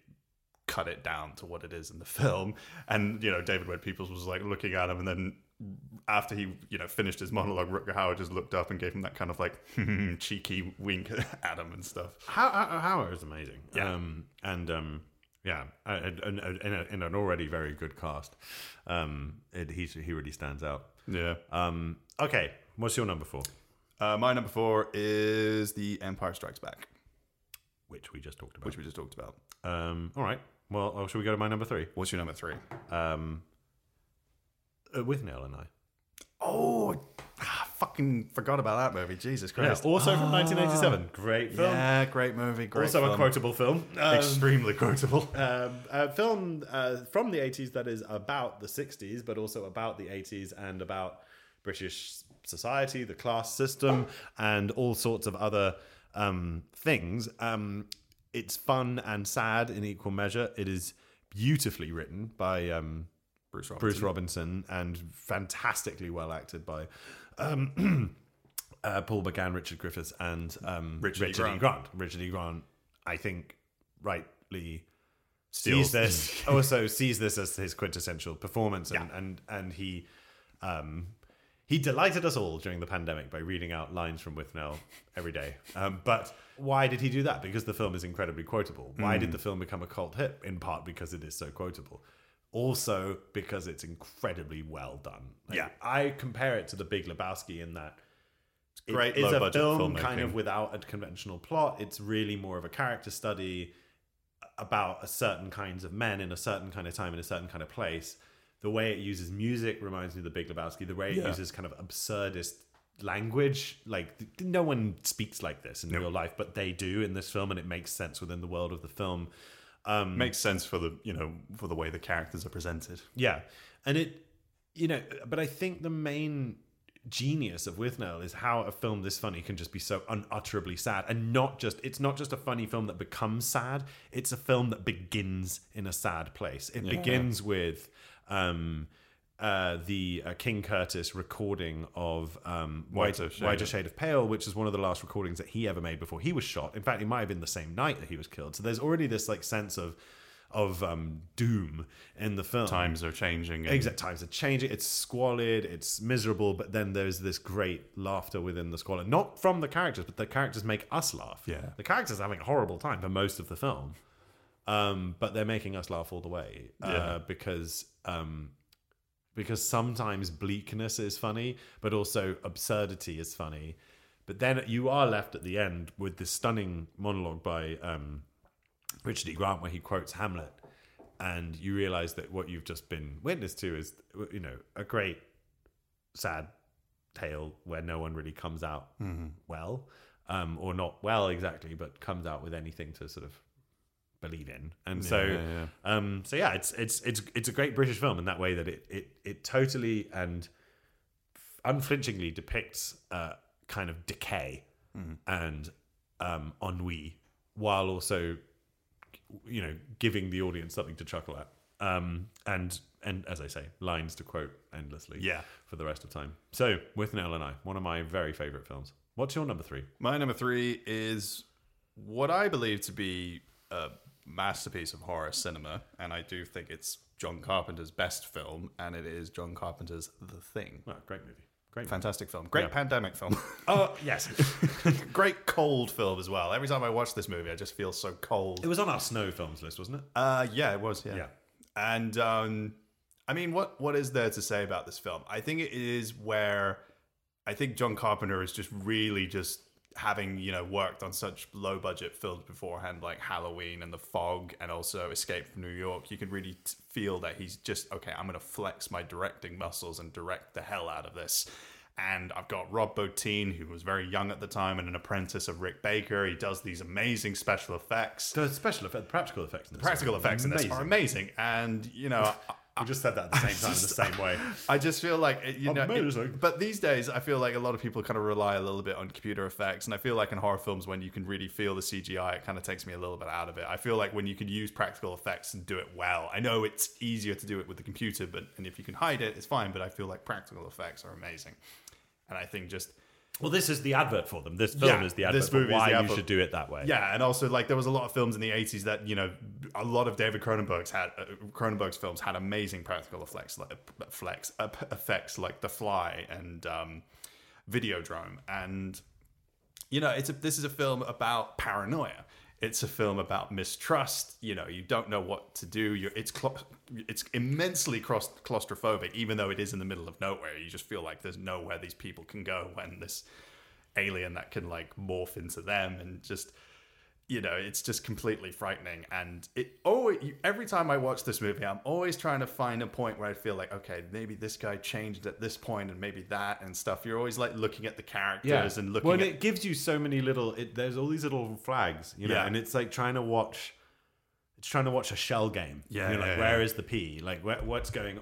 Speaker 1: cut it down to what it is in the film, and you know David Webb Peoples was like looking at him, and then after he you know finished his monologue, Rutger Hauer just looked up and gave him that kind of like *laughs* cheeky wink *laughs* at him and stuff.
Speaker 2: How Howard is amazing.
Speaker 1: Yeah.
Speaker 2: Um, and um, yeah, and, and, and, in a- in an already very good cast, um, it, he he really stands out.
Speaker 1: Yeah.
Speaker 2: Um, okay, what's your number four?
Speaker 1: Uh, my number four is The Empire Strikes Back,
Speaker 2: Which we just talked about.
Speaker 1: which we just talked about.
Speaker 2: um, all right. Well, oh, should we go to my number three?
Speaker 1: What's your number three?
Speaker 2: Um, uh, with Neil and I.
Speaker 1: Oh, I fucking forgot about that movie. Jesus Christ.
Speaker 2: also from 1987. Great film.
Speaker 1: Yeah, great movie. Great
Speaker 2: also a
Speaker 1: film.
Speaker 2: quotable Ah. film. Um,
Speaker 1: Extremely quotable.
Speaker 2: um, a film uh, from the 80s that is about the 60s, but also about the 80s and about British society, the class system, and all sorts of other um, things. Um, it's fun and sad in equal measure. It is beautifully written by um,
Speaker 1: Bruce Roberts.
Speaker 2: *laughs* Bruce Robinson and fantastically well acted by um, *clears throat* uh, Paul McGann, Richard Griffiths, and um,
Speaker 1: Richard E. Grant.
Speaker 2: Richard E. Grant, I think, rightly
Speaker 1: Steals.
Speaker 2: sees this *laughs* also sees this as his quintessential performance, and and and he. Um, he delighted us all during the pandemic by reading out lines from Withnell every day. Um, but why did he do that? Because the film is incredibly quotable. Why did the film become a cult hit? In part because it is so quotable. Also because it's incredibly well done. Like,
Speaker 1: Yeah.
Speaker 2: I compare it to The Big Lebowski in that it-
Speaker 1: great
Speaker 2: it's a
Speaker 1: low-budget
Speaker 2: film
Speaker 1: filmmaking.
Speaker 2: kind of without a conventional plot. It's really more of a character study about a certain kinds of men in a certain kind of time in a certain kind of place. The way it uses music reminds me of The Big Lebowski. The way it
Speaker 1: Yeah.
Speaker 2: uses kind of absurdist language, like th- no one speaks like this in real life, but they do in this film, and it makes sense within the world of the film. Mm.
Speaker 1: Makes sense for the you know for the way the characters are presented.
Speaker 2: Yeah. And it, you know, but I think the main genius of Withnell is how a film this funny can just be so unutterably sad and not just it's not just a funny film that becomes sad it's a film that begins in a sad place it begins with um uh the uh, King Curtis recording of um
Speaker 1: Whiter
Speaker 2: White-
Speaker 1: Shade.
Speaker 2: Whiter Shade of Pale which is one of the last recordings that he ever made before he was shot in fact it might have been the same night that he was killed so there's already this like sense of of um doom in the film
Speaker 1: Times are changing. And
Speaker 2: Exact times are changing. It's squalid. It's miserable. But then there's this great laughter within the squalor, not from the characters, but the characters make us laugh.
Speaker 1: Yeah.
Speaker 2: the characters are having a horrible time for most of the film. Um, but they're making us laugh all the way uh,
Speaker 6: Yeah.
Speaker 2: because um, because sometimes bleakness is funny, but also absurdity is funny. But then you are left at the end with this stunning monologue by um, Richard E. Grant where he quotes Hamlet, and you realize that what you've just been witness to is, you know, a great sad tale where no one really comes out
Speaker 6: Mm-hmm.
Speaker 2: well, um, or not well exactly, but comes out with anything to sort of believe in. And so,
Speaker 6: yeah,
Speaker 2: Um, so yeah, it's it's it's it's a great British film in that way that it it it totally and unflinchingly depicts uh, kind of decay
Speaker 6: Mm-hmm.
Speaker 2: and um, ennui, while also you know giving the audience something to chuckle at. Um, and and as I say, lines to quote endlessly
Speaker 6: Yeah.
Speaker 2: for the rest of time. So with Nell and I, one of my very favorite films. What's your number three?
Speaker 1: My number three is what I believe to be a masterpiece of horror cinema, and I do think it's John Carpenter's best film, and it is John Carpenter's The Thing.
Speaker 2: Well, Ah, great movie. Great. Movie.
Speaker 1: Fantastic film. Great
Speaker 2: Yeah.
Speaker 1: pandemic film. *laughs*
Speaker 2: Oh yes, *laughs*
Speaker 1: Great cold film as well. Every time I watch this movie, I just feel so cold.
Speaker 2: it was on our snow films list, wasn't it?
Speaker 1: Uh, yeah, it was. Yeah.
Speaker 2: Yeah.
Speaker 1: And um, I mean, what what is there to say about this film? I think it is where I think John Carpenter is just really just having you know worked on such low budget films beforehand, like Halloween and The Fog, and also Escape from New York. You can really t- feel that he's just okay. I'm gonna flex my directing muscles and direct the hell out of this. And I've got Rob Bottin, who was very young at the time and an apprentice of Rick Baker. He does these amazing special effects
Speaker 2: The special effect, the practical effects in this.
Speaker 1: practical
Speaker 2: are
Speaker 1: effects in this are
Speaker 2: amazing.
Speaker 1: amazing, and you know,
Speaker 2: We just said that at the same time, in the same way.
Speaker 1: I just feel like it- you know. it-
Speaker 2: Amazing.
Speaker 1: but these days, I feel like a lot of people kind of rely a little bit on computer effects, and I feel like in horror films, when you can really feel the CGI, it kind of takes me a little bit out of it. I feel like when you can use practical effects and do it well, I know it's easier to do it with the computer, but and if you can hide it, it's fine. But I feel like practical effects are amazing, and I think just
Speaker 2: *laughs* Well, this is the advert for them. This film
Speaker 1: Yeah,
Speaker 2: is the advert
Speaker 1: this
Speaker 2: for
Speaker 1: movie is
Speaker 2: why
Speaker 1: the
Speaker 2: you
Speaker 1: advert.
Speaker 2: should do it that way.
Speaker 1: Yeah, and also like there was a lot of films in the '80s that you know a lot of David Cronenberg's had uh, Cronenberg's films had amazing practical effects, like flex uh, p- effects like The Fly and um, Videodrome, and you know it's a, this is a film about paranoia. It's a film about mistrust. You know, you don't know what to do. You're, it's cla- it's immensely cross- claustrophobic, even though it is in the middle of nowhere. You just feel like there's nowhere these people can go when this alien that can like morph into them and just you know it's just completely frightening and it always you, every time i watch this movie i'm always trying to find a point where i feel like okay maybe this guy changed at this point and maybe that and stuff you're always like looking at the characters and looking
Speaker 2: well,
Speaker 1: at
Speaker 2: and it gives you so many little. It, there's all these little flags, you know,
Speaker 1: Yeah.
Speaker 2: and it's like trying to watch. It's trying to watch a shell game.
Speaker 1: Yeah,
Speaker 2: You're
Speaker 1: yeah,
Speaker 2: like
Speaker 1: yeah.
Speaker 2: where is the P? Like, where, what's going?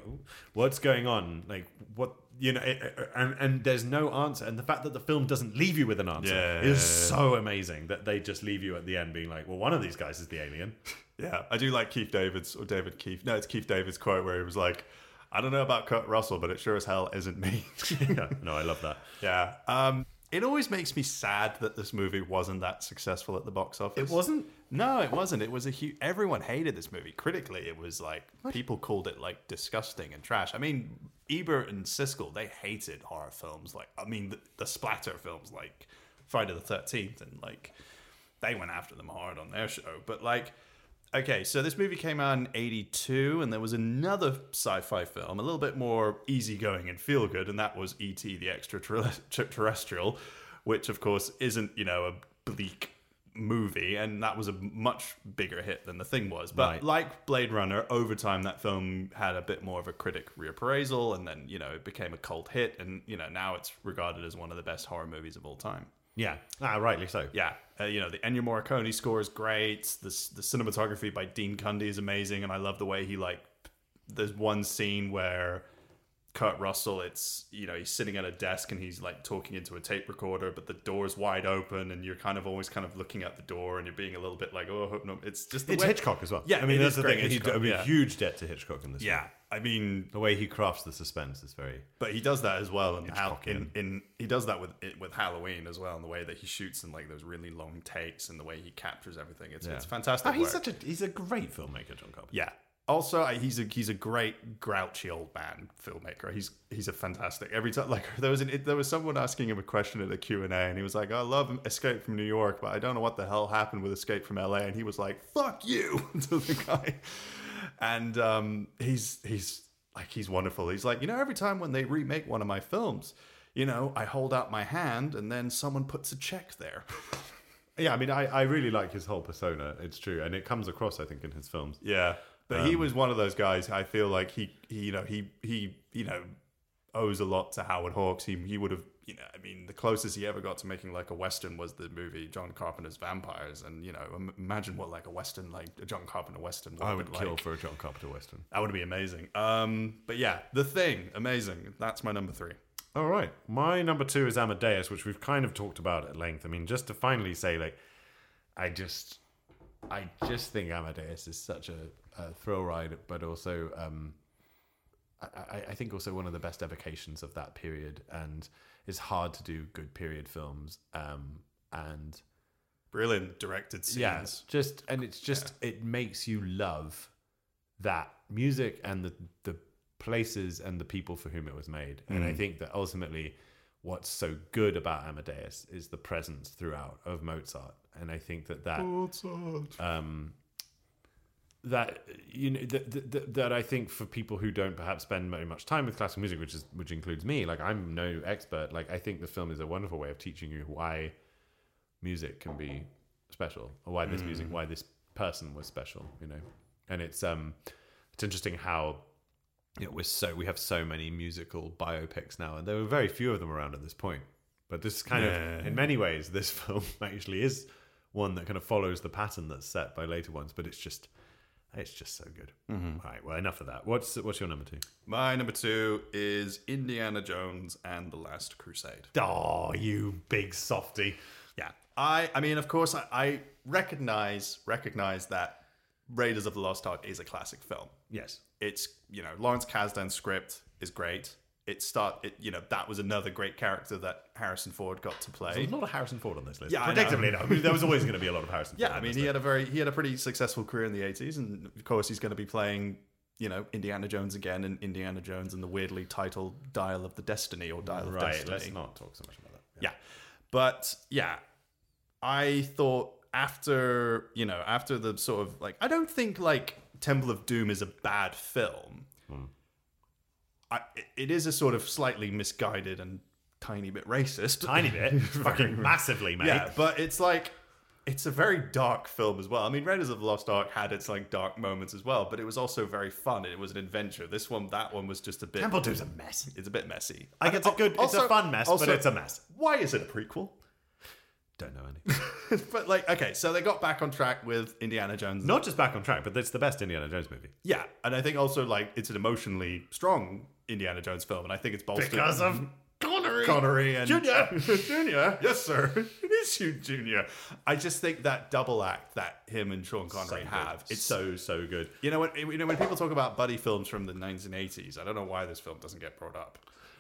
Speaker 2: What's going on? Like, what? You know, it, it- and and there's no answer. And the fact that the film doesn't leave you with an answer
Speaker 6: Yeah.
Speaker 2: is so amazing that they just leave you at the end being like, well, one of these guys is the alien.
Speaker 6: Yeah, I do like Keith David's or David Keith. No, it's Keith David's quote where he was like, "I don't know about Kurt Russell, but it sure as hell isn't me."
Speaker 2: *laughs* yeah, no, I love that.
Speaker 6: yeah,
Speaker 1: um it always makes me sad that this movie wasn't that successful at the box office
Speaker 2: It wasn't
Speaker 1: no it wasn't it was a huge everyone hated this movie critically it was like people called it like disgusting and trash i mean ebert and siskel they hated horror films like i mean the, the splatter films like friday the 13th and like they went after them hard on their show. But like, okay, so this movie came out in '82, and there was another sci-fi film, a little bit more easygoing and feel good, and that was E.T. the *laughs* Extraterrestrial, which of course isn't you know a bleak movie, and that was a much bigger hit than the thing was. But
Speaker 2: Right.
Speaker 1: like Blade Runner, over time that film had a bit more of a critic reappraisal, and then you know it became a cult hit, and you know now it's regarded as one of the best horror movies of all time.
Speaker 2: Yeah. Ah, rightly so.
Speaker 1: Yeah, uh, you know the Ennio Morricone score is great. The the cinematography by Dean Cundy is amazing, and I love the way he like. There's one scene where Kurt Russell, it's you know he's sitting at a desk and he's like talking into a tape recorder, but the door's wide open, and you're kind of always kind of looking at the door, and you're being a little bit like, oh, I hope no. It's just the
Speaker 2: It's
Speaker 1: way-
Speaker 2: Hitchcock as well.
Speaker 1: Yeah,
Speaker 2: I mean
Speaker 1: it
Speaker 2: that's
Speaker 1: is
Speaker 2: the
Speaker 1: great
Speaker 2: thing. He, I
Speaker 1: Hitchcock,
Speaker 2: mean,
Speaker 1: yeah.
Speaker 2: huge debt to Hitchcock in this.
Speaker 1: Yeah,
Speaker 2: one.
Speaker 1: I mean,
Speaker 2: the way he crafts the suspense is very.
Speaker 1: but he does that as well, and how in,
Speaker 2: Hitchcockian.
Speaker 1: in he does that with it, with Halloween as well, and the way that he shoots and like those really long takes, and the way he captures everything. It's it's fantastic.
Speaker 2: Oh, he's
Speaker 1: work.
Speaker 2: such a he's a great filmmaker, John Carpenter.
Speaker 1: Yeah. also I, he's a he's a great grouchy old man filmmaker he's he's a fantastic every time like *laughs* there was an it, there was someone asking him a question at the q&a and he was like i love escape from new york but i don't know what the hell happened with escape from la and he was like fuck you *laughs* to the guy and um he's he's like he's wonderful he's like you know every time when they remake one of my films you know i hold out my hand and then someone puts a check there *laughs*
Speaker 2: Yeah, I mean, I, I really like his whole persona. It's true, and it comes across, I think, in his films.
Speaker 7: Yeah, but
Speaker 2: Um,
Speaker 7: he was one of those guys. I feel like he, he, you know, he, he, you know, owes a lot to Howard Hawks. He, he would have, you know, I mean, the closest he ever got to making like a western was the movie John Carpenter's Vampires, and you know, im- imagine what like a western, like a John Carpenter western, would
Speaker 2: I
Speaker 7: have
Speaker 2: would
Speaker 7: been like.
Speaker 2: kill for a John Carpenter western.
Speaker 7: That would be amazing. Um, but yeah, The Thing, amazing. That's my number three.
Speaker 2: All right. My number two is Amadeus, which we've kind of talked about at length. I mean, just to finally say, like, I just, I just think Amadeus is such a, a thrill ride, but also, um, I, I- I think also one of the best evocations of that period, and it's hard to do good period films. Um, and
Speaker 7: Brilliant directed scenes.
Speaker 2: yeah, just and it's just it makes you love that music and the the places and the people for whom it was made. And I think that ultimately, what's so good about Amadeus is the presence throughout of Mozart. And I think that that um, that you know that, that- that, that I think for people who don't perhaps spend very much time with classical music, which is which includes me, like I'm no expert. Like I think the film is a wonderful way of teaching you why music can be special, or why this music, why this person was special. You know, and it's um, it's interesting how. You know, we're so we have so many musical biopics now, and there were very few of them around at this point. But this kind
Speaker 7: Yeah.
Speaker 2: of, in many ways, this *laughs* film actually is one that kind of follows the pattern that's set by later ones. But it's just, it's just so good. All right. Well, enough of that. What's what's your number two?
Speaker 1: my number two is indiana jones and the last crusade
Speaker 2: Oh, you big softy.
Speaker 1: Yeah. I I mean, of course, I, I recognize recognize that Raiders of the Lost Ark is a classic film.
Speaker 2: Yes.
Speaker 1: It's you know Lawrence Kasdan's script is great. It start it you know that was another great character that Harrison Ford got to play.
Speaker 2: There's a lot of Harrison Ford on this list.
Speaker 1: Yeah, I know.
Speaker 2: predictably enough. I mean, there was always going to be a lot of *laughs* Harrison.
Speaker 1: Yeah,
Speaker 2: Ford
Speaker 1: I
Speaker 2: on
Speaker 1: mean,
Speaker 2: this
Speaker 1: he
Speaker 2: list.
Speaker 1: had a very he had a pretty successful career in the eighties, and of course, he's going to be playing you know Indiana Jones again in Indiana Jones and the weirdly titled Dial of the Destiny or Dial of
Speaker 2: right.
Speaker 1: Destiny.
Speaker 2: Let's not talk so much about that.
Speaker 1: yeah but yeah i thought after you know after the sort of like i don't think like temple of doom is a bad film
Speaker 2: Hmm.
Speaker 1: I, it is a sort of slightly misguided and tiny bit racist
Speaker 2: Tiny *laughs* bit, fucking massively,
Speaker 1: *laughs*
Speaker 2: mate.
Speaker 1: yeah but it's like it's a very dark film as well. I mean, Raiders of the Lost Ark had its like dark moments as well, but it was also very fun. and It was an adventure. This one, that one was just a bit.
Speaker 2: Temple Doom's a mess.
Speaker 1: It's a bit messy.
Speaker 2: Like it's a good, it's a
Speaker 1: also-
Speaker 2: fun mess,
Speaker 1: also-
Speaker 2: but it's a mess.
Speaker 1: Why is it a prequel?
Speaker 2: Don't know any. *laughs*
Speaker 1: *laughs* but like okay so they got back on track with indiana jones
Speaker 2: Not just back on track, but it's the best Indiana Jones movie.
Speaker 1: yeah and i think also like it's an emotionally strong indiana jones film and i think it's bolstered
Speaker 2: of Connery.
Speaker 1: connery and
Speaker 2: Junior.
Speaker 1: *laughs* junior yes sir *laughs* it is you junior i just think that double act that him and sean connery have
Speaker 2: It's
Speaker 1: it's
Speaker 2: so so good.
Speaker 1: you know when you know when people talk about buddy films from the 1980s i don't know why this film doesn't get brought up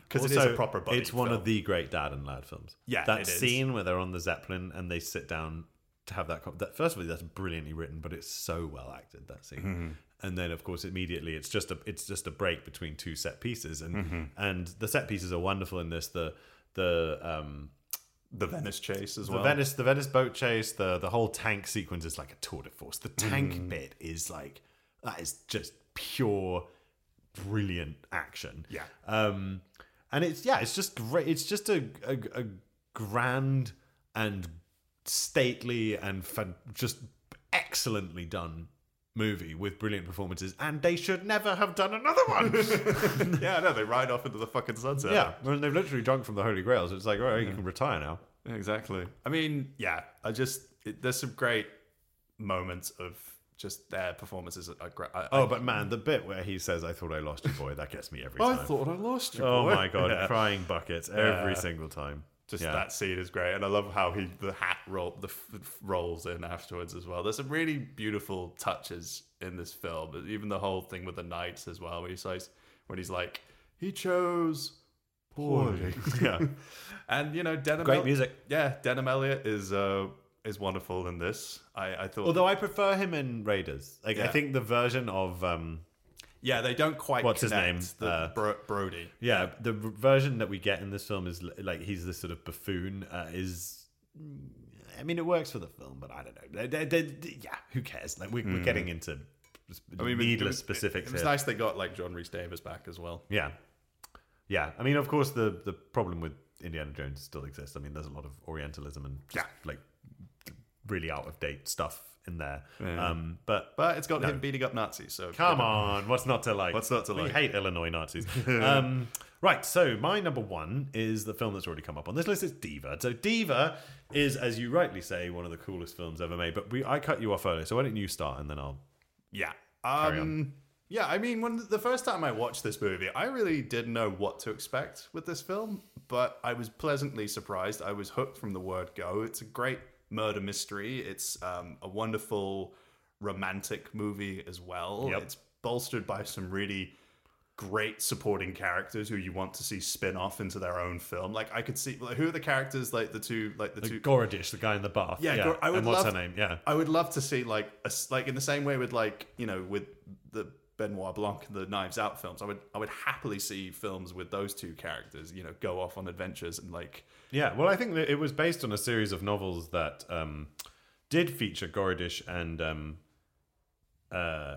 Speaker 1: because it is a
Speaker 2: Also,
Speaker 1: proper buddy
Speaker 2: It's one
Speaker 1: film.
Speaker 2: of the great dad and lad films.
Speaker 1: Yeah,
Speaker 2: that
Speaker 1: it is.
Speaker 2: scene where they're on the zeppelin and they sit down to have that. co- That first of all, that's brilliantly written, but it's so well acted that scene.
Speaker 1: Mm-hmm.
Speaker 2: And then, of course, immediately it's just a it's just a break between two set pieces, and
Speaker 1: Mm-hmm.
Speaker 2: and the set pieces are wonderful in this. The the um
Speaker 1: the venice chase as
Speaker 2: the
Speaker 1: well
Speaker 2: Venice the Venice boat chase the the whole tank sequence is like a tour de force. The tank bit is like that is just pure brilliant action.
Speaker 1: Yeah.
Speaker 2: Um, and it's yeah, it's just great. It's just a a, a grand and stately and fan- just excellently done movie with brilliant performances and they should never have done another *laughs* one
Speaker 1: *laughs* yeah no they ride off into the fucking sunset
Speaker 2: yeah well, they've literally drunk from the holy grail so it's like all right you can retire now
Speaker 1: Yeah, Exactly. I mean, yeah, I just it, there's some great moments of just their performances. Are, great. I,
Speaker 2: Oh, but man, the bit where he says, "I thought I lost you, boy," that gets me
Speaker 1: *laughs*
Speaker 2: every
Speaker 1: I,
Speaker 2: time.
Speaker 1: thought I lost you.
Speaker 2: *laughs* oh
Speaker 1: boy.
Speaker 2: my god,
Speaker 1: Yeah.
Speaker 2: crying buckets every single time.
Speaker 1: Just
Speaker 2: Yeah.
Speaker 1: that scene is great, and I love how he the hat roll the f- f- rolls in afterwards as well. There's some really beautiful touches in this film. Even the whole thing with the knights as well, where he says when he's like he chose poorly.
Speaker 2: yeah,
Speaker 1: *laughs* and you know, Denham
Speaker 2: Great music.
Speaker 1: Yeah, Denham Elliott is uh,
Speaker 8: is wonderful in this. I, I thought.
Speaker 2: Although I prefer him in Raiders. Like I
Speaker 8: Yeah.
Speaker 2: think the version of um
Speaker 1: Yeah, they don't quite.
Speaker 2: What's his
Speaker 1: connect
Speaker 2: name?
Speaker 1: The
Speaker 2: Uh,
Speaker 1: Bro- Brody.
Speaker 2: yeah, the r- version that we get in this film is l- like he's this sort of buffoon uh, is I mean it works for the film, but I don't know. They- they- they- yeah, who cares? Like we're, we're getting into
Speaker 1: Hmm.
Speaker 2: sp-
Speaker 1: I mean, it- it
Speaker 2: needless
Speaker 1: was-
Speaker 2: specifics
Speaker 1: It, was
Speaker 2: here.
Speaker 1: nice they got like John Reese Davis back as well.
Speaker 2: Yeah, yeah. I mean, of course, the the problem with Indiana Jones still exists. I mean, there's a lot of Orientalism and just, like really out of date stuff in there. Um, but
Speaker 1: But it's got him beating up Nazis. So
Speaker 2: Come on, what's not to like?
Speaker 8: What's not to
Speaker 2: We
Speaker 8: like?
Speaker 2: hate Illinois
Speaker 1: *laughs*
Speaker 2: Nazis. um, right, so my number one is the film that's already come up on this list. It's Diva. So Diva is, as you rightly say, one of the coolest films ever made. But we, I cut you off earlier, so why don't you start and then I'll.
Speaker 8: yeah.
Speaker 2: on.
Speaker 1: Um, yeah, I mean, when the first time I watched this movie, I really didn't know what to expect with this film, but I was pleasantly surprised. I was hooked from the word go. It's a great murder mystery. It's um, a wonderful romantic movie as well.
Speaker 2: Yep.
Speaker 1: It's bolstered by some really great supporting characters who you want to see spin off into their own film. Like I could see like who are the characters like the two like the two
Speaker 2: Gorodish, the guy in the bath.
Speaker 1: Yeah, Gor- I would
Speaker 2: And what's
Speaker 1: love-
Speaker 2: her name? Yeah.
Speaker 1: I would love to see like a s like in the same way with like you know with the Benoit Blanc and the Knives Out films. I would I would happily see films with those two characters. You know, go off on adventures and like
Speaker 2: Yeah, well, I think that it was based on a series of novels that um, did feature Gorodish and um, uh,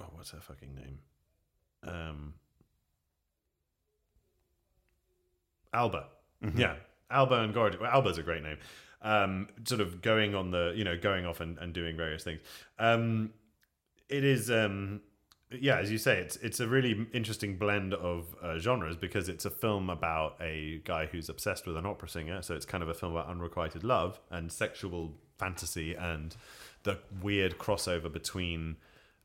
Speaker 2: oh, what's her fucking name? Um, Alba. Yeah, Alba and Gorodish. Well, Alba's a great name. Um, sort of going on the, you know, going off and, and doing various things. Um, it is um yeah as you say it's it's a really interesting blend of uh, genres because it's a film about a guy who's obsessed with an opera singer so it's kind of a film about unrequited love and sexual fantasy and the weird crossover between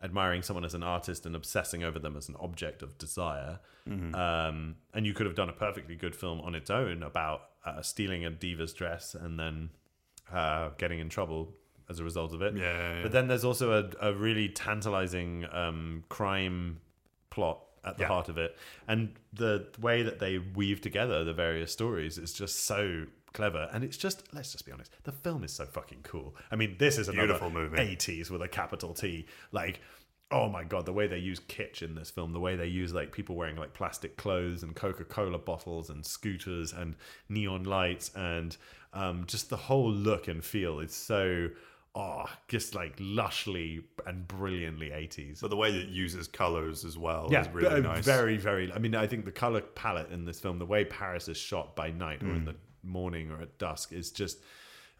Speaker 2: admiring someone as an artist and obsessing over them as an object of desire
Speaker 8: Mm-hmm.
Speaker 2: um, and you could have done a perfectly good film on its own about uh, stealing a diva's dress and then uh, getting in trouble as a result of it
Speaker 8: Yeah, yeah, yeah.
Speaker 2: but then there's also a, a really tantalizing um, crime plot at the
Speaker 8: Yeah.
Speaker 2: heart of it. And the way that they weave together the various stories is just so clever. And it's just, let's just be honest, the film is so fucking cool. I mean, this is another
Speaker 8: Beautiful movie.
Speaker 2: 80s with a capital T. Like, oh my God, the way they use kitsch in this film, the way they use like people wearing like plastic clothes and Coca Cola bottles and scooters and neon lights and um, just the whole look and feel is so. Oh, just like lushly and brilliantly 80s.
Speaker 8: But the way that it uses colors as well is
Speaker 2: ve-
Speaker 8: really nice.
Speaker 2: Very, very. I mean, I think the color palette in this film, the way Paris is shot by night
Speaker 8: Mm.
Speaker 2: or in the morning or at dusk, is just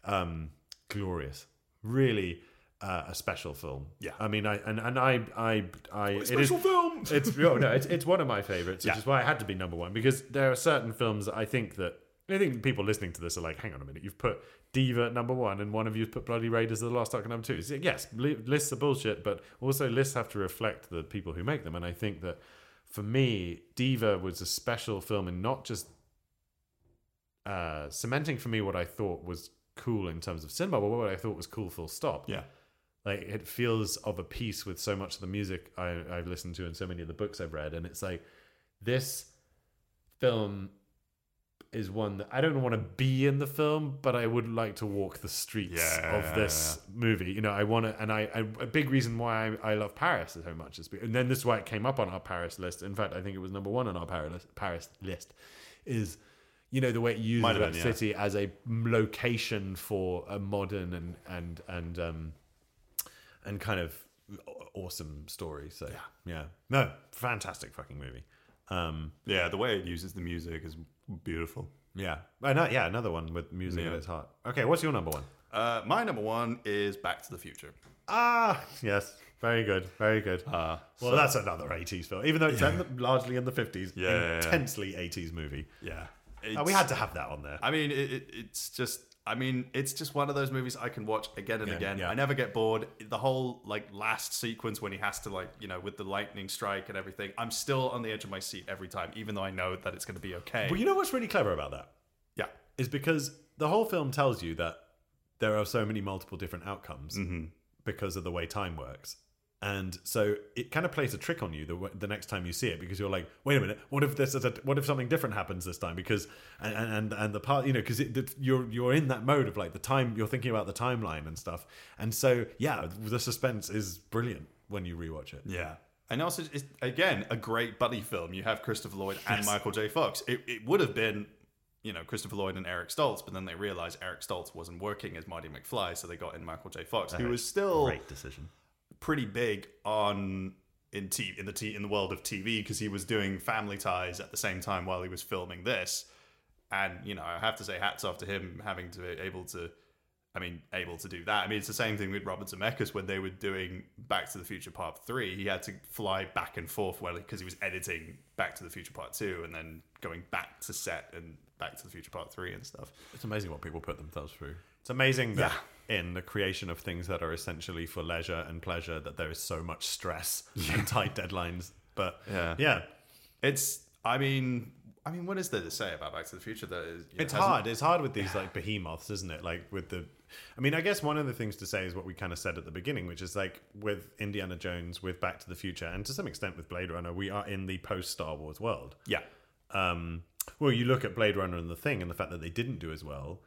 Speaker 2: um, glorious. Really, uh, a special film.
Speaker 8: Yeah.
Speaker 2: I mean, I and and I I I it is-
Speaker 8: film.
Speaker 2: *laughs* it's oh, no, it's it's one of my favorites, which
Speaker 8: Yeah.
Speaker 2: is why I had to be number one because there are certain films that I think that I think people listening to this are like, hang on a minute, you've put Diva at number one, and one of you've put Bloody Raiders of the Last Ark at number two. It's- yes, li- lists are bullshit, but also lists have to reflect the people who make them, and I think that for me, Diva was a special film and not just uh, cementing for me what I thought was cool in terms of cinema, but what I thought was cool full stop
Speaker 8: Yeah.
Speaker 2: like it feels of a piece with so much of the music I, I've listened to and so many of the books I've read, and it's like this film is one that I don't want to be in the film, but I would like to walk the streets
Speaker 8: Yeah.
Speaker 2: of this movie. You know, I want to, and I, I a big reason why I, I love Paris so much is, be- and then this is why it came up on our Paris list. In fact, I think it was number one on our Paris Paris list. Is you know the way it uses
Speaker 8: Might have
Speaker 2: that
Speaker 8: been, yeah.
Speaker 2: city as a location for a modern and and and um and kind of aw- awesome story. So yeah, no, fantastic fucking movie. Um,
Speaker 8: Yeah, the way it uses the music is beautiful.
Speaker 2: yeah, and, uh, yeah, another one with music at
Speaker 8: Yeah.
Speaker 2: its heart. Okay, what's your number one?
Speaker 1: uh, my number one is Back to the Future.
Speaker 2: Ah, yes, very good, very good. Uh, well, that's another '80s film, even though it's in the- largely in the '50s.
Speaker 8: Yeah, yeah, yeah.
Speaker 2: intensely '80s movie.
Speaker 8: Yeah.
Speaker 2: Uh, we
Speaker 1: It's-
Speaker 2: had to have that on there.
Speaker 1: I mean, it, it, it's just. I mean, it's just one of those movies I can watch again and
Speaker 2: Again,
Speaker 1: again.
Speaker 2: yeah.
Speaker 1: I never get bored. The whole like last sequence when he has to like you know with the lightning strike and everything. I'm still on the edge of my seat every time, even though I know that it's going to be okay.
Speaker 2: Well, you know what's really clever about that
Speaker 1: yeah,
Speaker 2: is because the whole film tells
Speaker 9: Mm-hmm.
Speaker 2: you that there are so many multiple different outcomes because of the way time works. And so it kind of plays a trick on you the, w- the next time you see it because you're like, wait a minute, what if this is a, what if something different happens this time? Because and and and the part you know because you're you're in that mode of like the time you're thinking about the timeline and stuff. And so yeah, the suspense is brilliant when you rewatch it.
Speaker 1: Yeah.
Speaker 4: And also, it's, again, a great buddy film. You have Christopher Lloyd and Michael J. Fox. It, it would have been, you know, Christopher Lloyd and Eric Stoltz, but then they realized Eric Stoltz wasn't working as Marty McFly, so they got in Michael J. Fox, who was still
Speaker 9: Great decision.
Speaker 4: pretty big on in t- in the t- in the world of TV because he was doing Family Ties at the same time while he was filming this, and you know I have to say hats off to him having to be able to, I mean able to do that. I mean it's the same thing with Robert Zemeckis when they were doing Back to the Future Part Three. He had to fly back and forth well because he was editing Back to the Future Part Two and then going back to set and Back to the Future Part Three and stuff.
Speaker 2: It's amazing what people put themselves through. It's amazing that in the creation of things that are essentially for leisure and pleasure, that there is so much *laughs* stress and tight deadlines. But
Speaker 4: Yeah.
Speaker 2: yeah,
Speaker 4: It's I mean. I mean, what is there to say about Back to the Future? That is, you know,
Speaker 2: it's
Speaker 4: hasn't-
Speaker 2: hard. It's hard with these like behemoths, isn't it? Like with the, I mean, I guess one of the things to say is what we kind of said at the beginning, which is like with Indiana Jones, with Back to the Future, and to some extent with Blade Runner, we are in the post Star Wars world.
Speaker 4: Yeah,
Speaker 2: um, well, you look at Blade Runner and The Thing, and the fact that they didn't do as well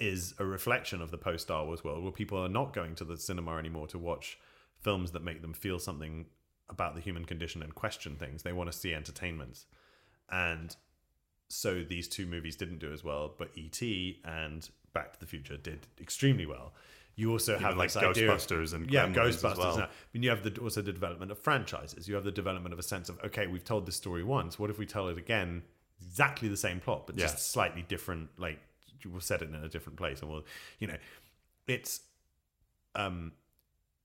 Speaker 2: is a reflection of the post Star Wars world where people are not going to the cinema anymore to watch films that make them feel something about the human condition and question things. They want to see entertainment. And so these two movies didn't do as well, but E.T. and Back to the Future did extremely well. You also have
Speaker 1: like
Speaker 2: this idea of-
Speaker 1: Ghostbusters and
Speaker 2: yeah,
Speaker 1: Gremlins as
Speaker 2: Ghostbusters.
Speaker 1: well.
Speaker 2: and that. I mean, you have the, also the development of franchises. You have the development of a sense of okay, we've told this story once. What if we tell it again? Exactly the same plot, but
Speaker 1: Yeah.
Speaker 2: just slightly different. Like we'll set it in a different place, and we'll, you know, it's, um,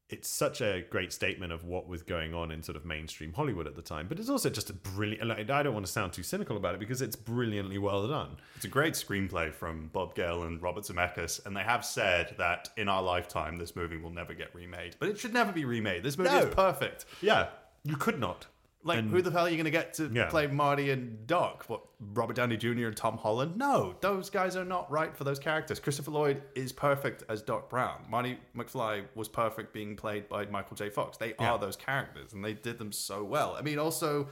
Speaker 2: it's such a great statement of what was going on in sort of mainstream Hollywood at the time. But it's also just a brilliant. Like, I don't want to sound too cynical about it because it's brilliantly well done.
Speaker 1: It's a great screenplay from Bob Gale and Robert Zemeckis, and they have said that in our lifetime, this movie will never get remade. But it should never be remade. This movie
Speaker 2: No.
Speaker 1: is perfect.
Speaker 2: Yeah, you could not.
Speaker 1: Like, who the hell are you going to get to
Speaker 2: Yeah.
Speaker 1: play Marty and Doc? What, Robert Downey Jr. and Tom Holland? No, those guys are not right for those characters. Christopher Lloyd is perfect as Doc Brown. Marty McFly was perfect being played by Michael J. Fox. They are those characters, and they did them so well. I mean, also,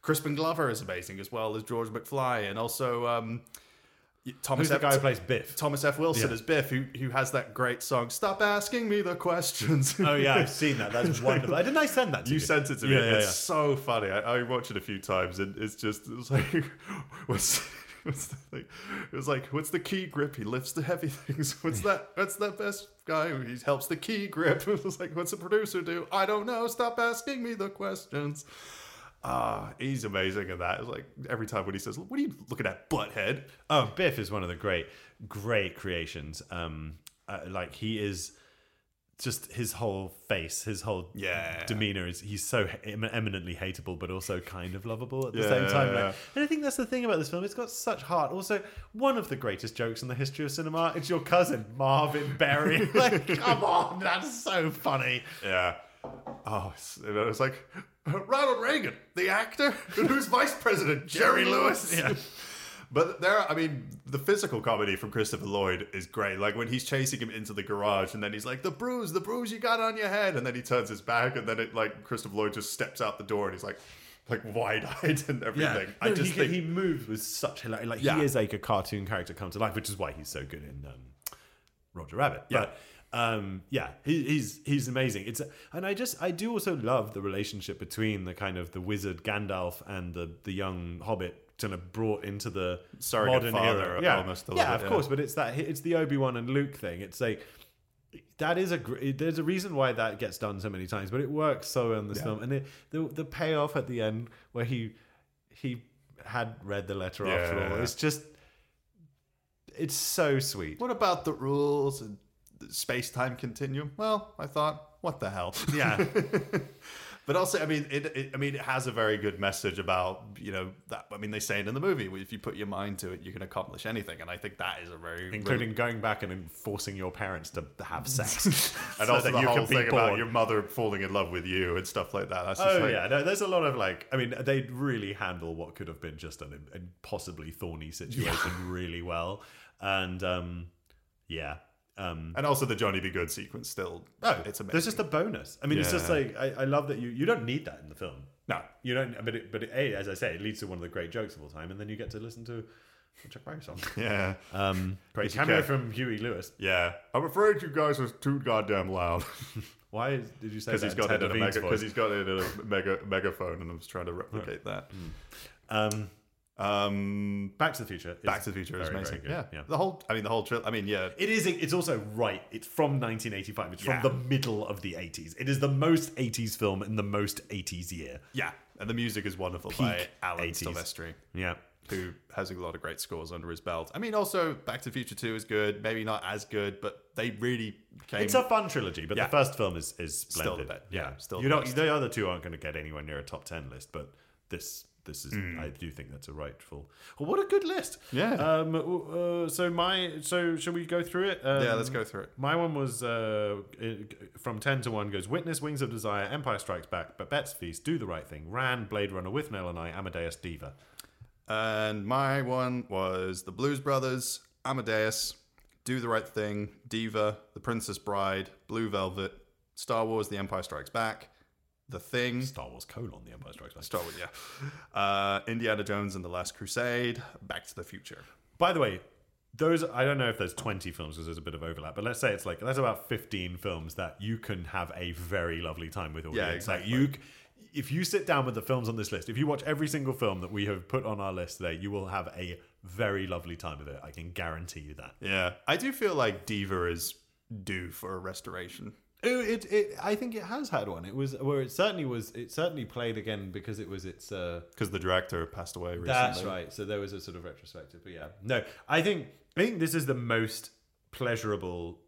Speaker 1: Crispin Glover is amazing as well as George McFly, and also um, Thomas
Speaker 2: Who's the
Speaker 1: F-
Speaker 2: guy who plays Biff?
Speaker 1: Thomas F. Wilson
Speaker 2: Yeah.
Speaker 1: as Biff, who who has that great song "Stop Asking Me the Questions."
Speaker 2: Oh yeah,
Speaker 1: *laughs*
Speaker 2: I've seen that. *laughs* That's wonderful. Didn't I send that to you?
Speaker 1: You sent it to me.
Speaker 2: Yeah, yeah,
Speaker 1: it's
Speaker 2: yeah.
Speaker 1: so funny. I, I watched it a few times, and it's just it's like *laughs* what's. What's the thing? It was like, what's the key grip? He lifts the heavy *laughs* things. What's that? What's that best guy? who He helps the key grip. *laughs* It was like, what's the producer do? I don't know. Stop asking me the questions. Ah, he's amazing at that. It's like every time when he says, "What are you looking at, butthead?"
Speaker 2: Oh, Biff is one of the great, great creations. Um, uh, like he is just his whole face, his whole
Speaker 1: Yeah.
Speaker 2: demeanor is he's so em- eminently hateable, but also kind of lovable at the
Speaker 1: Yeah,
Speaker 2: same time.
Speaker 1: yeah,
Speaker 2: Like, and I think that's the thing about this film; it's got such heart. Also, one of the greatest jokes in the history of cinema. It's your cousin Marvin Berry. *laughs* like, come on, that's so funny.
Speaker 1: Yeah. Oh, it's- and I was like, Ronald Reagan, the actor, and who's vice
Speaker 2: *laughs*
Speaker 1: president? Jerry Lewis. *laughs*
Speaker 2: Yeah.
Speaker 1: But there, are- I mean, the physical comedy from Christopher Lloyd is great. Like when he's chasing him into the garage, and then he's like, "The bruise, the bruise you got on your head," and then he turns his back, and then it like Christopher Lloyd just steps out the door, and he's like, like wide eyed and everything. I
Speaker 2: No,
Speaker 1: just
Speaker 2: he,
Speaker 1: think
Speaker 2: he moves with such hilarity. Like
Speaker 1: Yeah.
Speaker 2: he is like a cartoon character come to life, which is why he's so good in um, Roger Rabbit.
Speaker 1: Yeah.
Speaker 2: But um, yeah, he, he's he's amazing. It's and I just I do also love the relationship between the kind of the wizard Gandalf and the the young hobbit kind of brought into the
Speaker 1: Surrogate
Speaker 2: modern
Speaker 1: father
Speaker 2: era.
Speaker 1: almost a little
Speaker 2: yeah, yeah,
Speaker 1: bit,
Speaker 2: of
Speaker 1: yeah.
Speaker 2: course. But it's that it's the Obi Wan and Luke thing. It's like that is a gr- there's a reason why that gets done so many times, but it works so well in this film, and it, the the payoff at the end where he he had read the letter after all.
Speaker 1: Yeah.
Speaker 2: It's just it's so sweet.
Speaker 1: What about the rules and space time continuum? Well, I thought, what the hell? *laughs*
Speaker 2: Yeah.
Speaker 1: but also, I mean, it, it. I mean, it has a very good message about you know that. I mean, they say it in the movie. If you put your mind to it, you can accomplish anything. And I think that is a very
Speaker 2: Including going back and forcing your parents to have
Speaker 1: *laughs*
Speaker 2: sex,
Speaker 1: and
Speaker 2: so
Speaker 1: also
Speaker 2: that
Speaker 1: the whole thing about
Speaker 2: bored. *laughs*
Speaker 1: your mother falling in love with you and stuff like that. That's just
Speaker 2: Oh
Speaker 1: like,
Speaker 2: yeah, no, there's a lot of like, I mean, they really handle what could have been just an impossibly thorny situation really well, and um, yeah, Um,
Speaker 1: And also the Johnny B. Good sequence still.
Speaker 2: oh,
Speaker 1: it's amazing.
Speaker 2: There's just a bonus. I mean, it's just
Speaker 1: Yeah.
Speaker 2: like I, I love that you you don't need that in the film.
Speaker 1: no.
Speaker 2: You don't, but it, but it, a as I say, it leads to one of the great jokes of all time, and then you get to listen to a Chuck Berry
Speaker 1: *laughs*
Speaker 2: song.
Speaker 1: *laughs* Yeah.
Speaker 2: Um, *laughs* great
Speaker 1: If you
Speaker 2: cameo
Speaker 1: care.
Speaker 2: from Huey Lewis.
Speaker 1: Yeah. I'm afraid you guys are too goddamn loud. *laughs*
Speaker 2: Why is, did you say
Speaker 1: Because
Speaker 2: that?
Speaker 1: he's got
Speaker 2: Ted
Speaker 1: it in a
Speaker 2: Levine's
Speaker 1: mega
Speaker 2: voice?
Speaker 1: because he's got it in a mega megaphone and I'm just trying to replicate that.
Speaker 2: um,
Speaker 1: Um
Speaker 2: Back to the Future. is
Speaker 1: Back to the Future is
Speaker 2: very, very
Speaker 1: amazing.
Speaker 2: good.
Speaker 1: yeah.
Speaker 2: yeah.
Speaker 1: The whole I mean the whole trip I mean, yeah.
Speaker 2: It is. It's also right. It's from 1985. It's from
Speaker 1: Yeah.
Speaker 2: the middle of the 80s. It is the most 80s film in the most 80s year.
Speaker 1: Yeah. And the music is wonderful by
Speaker 2: Peak
Speaker 1: Alan
Speaker 2: 80s.
Speaker 1: Silvestri.
Speaker 2: Yeah.
Speaker 1: who has a lot of great scores under his belt. I mean, also Back to the Future Two is good, maybe not as good, but they really came.
Speaker 2: It's a fun trilogy, but
Speaker 1: Yeah.
Speaker 2: the first film is is
Speaker 1: Still
Speaker 2: splendid.
Speaker 1: the best. Yeah, still the
Speaker 2: you don't.
Speaker 1: best.
Speaker 2: The other two aren't going to get anywhere near a top ten list, but this this is. I do think that's a rightful. Well, what a good list.
Speaker 1: Mm. Yeah.
Speaker 2: Um. w- Uh, so my. So shall we go through it? Um,
Speaker 1: yeah, let's go through it.
Speaker 2: My one was uh, it- from 10 to 1 goes Witness, Wings of Desire, Empire Strikes Back, But Bet's Feast, Do the Right Thing, Ran, Blade Runner, With Nail and I, Amadeus, Diva.
Speaker 1: And my one was the Blues Brothers, Amadeus, Do the Right Thing, Diva, The Princess Bride, Blue Velvet, Star Wars: The Empire Strikes Back, The Thing,
Speaker 2: Star Wars colon, The Empire Strikes Back.
Speaker 1: Star Wars, yeah, uh, Indiana Jones and the Last Crusade, Back to the Future.
Speaker 2: By the way, those I don't know if there's 20 films because there's a bit of overlap, but let's say it's like that's about 15 films that you can have a very lovely time with. Audience.
Speaker 1: exactly.
Speaker 2: Like you, c- if you sit down with the films on this list, if you watch every single film that we have put on our list today, you will have a very lovely time with it. I can guarantee you that.
Speaker 1: Yeah, I do feel like Diva is due for a restoration.
Speaker 2: Oh, it, it. I think it has had one. It was where it certainly was. It certainly played again because it was its. Uh,
Speaker 1: Because the director passed away recently.
Speaker 2: That's right. So there was a sort of retrospective, but yeah, no, I think I think this is the most pleasurable.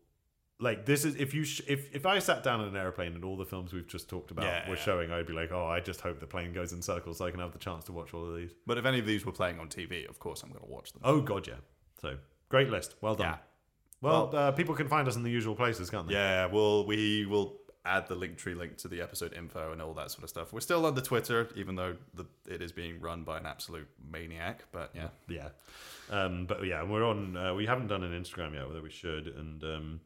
Speaker 2: Like this is if you sh- if if I sat down in an airplane and all the films we've just talked about
Speaker 1: Yeah.
Speaker 2: were showing, I'd be like, oh, I just hope the plane goes in circles so I can have the chance to watch all of these.
Speaker 1: But if any of these were playing on TV, of course I'm going to watch them.
Speaker 2: Oh god, yeah. So great list. Well done.
Speaker 1: Yeah.
Speaker 2: Well, uh, people can find us in the usual places, can't they?
Speaker 1: Yeah, we'll we will add the link tree link to the episode info and all that sort of stuff. We're still on the Twitter, even though the, it is being run by an absolute maniac. But yeah,
Speaker 2: yeah um but yeah we're on uh, we haven't done an instagram yet although we should and um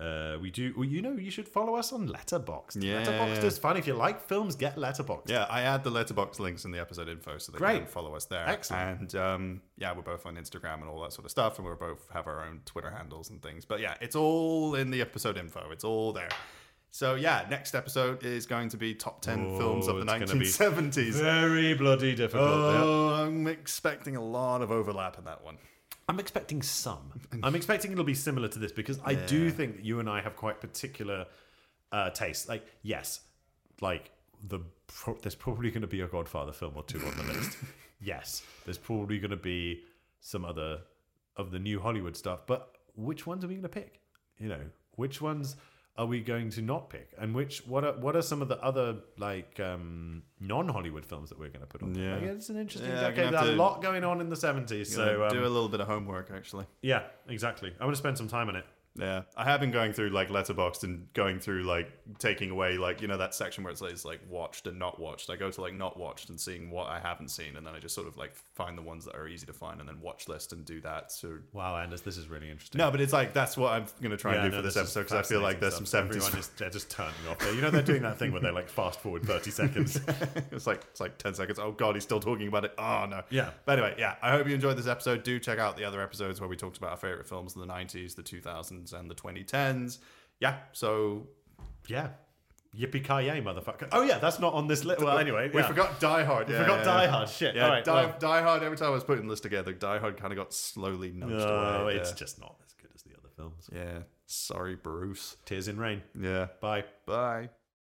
Speaker 2: uh, we do. Well, you know, you should follow us on Letterboxd.
Speaker 1: Yeah.
Speaker 2: Letterboxd is fun. If you like films, get Letterboxd.
Speaker 1: yeah, I add the letterbox links in the episode info so they
Speaker 2: Great.
Speaker 1: can follow us there.
Speaker 2: Excellent.
Speaker 1: And um, yeah, we're both on Instagram and all that sort of stuff, and we are both have our own Twitter handles and things. But yeah, it's all in the episode info. It's all there. So yeah, next episode is going to be top ten
Speaker 2: Oh,
Speaker 1: films of the
Speaker 2: it's gonna be
Speaker 1: 1970s.
Speaker 2: *laughs* Very bloody difficult.
Speaker 1: Oh, I'm expecting a lot of overlap in that one.
Speaker 2: I'm expecting some. I'm expecting it'll be similar to this because I do think that you and I have quite particular uh, tastes. Like, yes, like the pro- there's probably going to be a Godfather film or two on the list.
Speaker 1: *laughs*
Speaker 2: Yes, there's probably going to be some other of the new Hollywood stuff. But which ones are we going to pick? You know, which ones are we going to not pick? And which what are what are some of the other like um, non Hollywood films that we're going to put on?
Speaker 1: Yeah.
Speaker 2: like, it's an interesting
Speaker 1: Yeah,
Speaker 2: decade.
Speaker 1: gonna have
Speaker 2: There's a
Speaker 1: to-
Speaker 2: lot going on in the seventies. So um,
Speaker 1: do a little bit of homework actually.
Speaker 2: yeah, exactly. I want to spend some time on it.
Speaker 1: Yeah, I have been going through like Letterboxd and going through like taking away like you know that section where it says like watched and not watched. I go to like not watched and seeing what I haven't seen, and then I just sort of like find the ones that are easy to find, and then watch list and do that. So
Speaker 2: Wow, Anders, this is really interesting.
Speaker 1: no, but it's like that's what I'm gonna try
Speaker 2: Yeah,
Speaker 1: and do
Speaker 2: no,
Speaker 1: for this,
Speaker 2: is
Speaker 1: episode because I feel like there's
Speaker 2: fascinating
Speaker 1: some
Speaker 2: stuff.
Speaker 1: seventies.
Speaker 2: Everyone is they're just turning off. There. You know, they're doing that thing where they like fast forward thirty *laughs* seconds.
Speaker 1: *laughs* it's like it's like 10 seconds oh god he's still talking about it oh no
Speaker 2: Yeah.
Speaker 1: but anyway yeah i hope you enjoyed this episode do check out the other episodes where we talked about our favorite films in the 90s the 2000s and the 2010s yeah so
Speaker 2: yeah, yippee ki yay, motherfucker! Oh yeah, that's not on this list. Well, anyway,
Speaker 1: we
Speaker 2: yeah.
Speaker 1: forgot die hard yeah,
Speaker 2: forgot
Speaker 1: yeah,
Speaker 2: Die
Speaker 1: yeah.
Speaker 2: Hard. Shit.
Speaker 1: yeah
Speaker 2: All right,
Speaker 1: die,
Speaker 2: well-
Speaker 1: die hard every time i was putting the list together die hard kind of got slowly nudged
Speaker 2: No,
Speaker 1: away
Speaker 2: Oh, it's
Speaker 1: yeah.
Speaker 2: just not as good as the other films.
Speaker 1: yeah sorry bruce
Speaker 2: Tears in Rain.
Speaker 1: yeah
Speaker 2: Bye.
Speaker 1: bye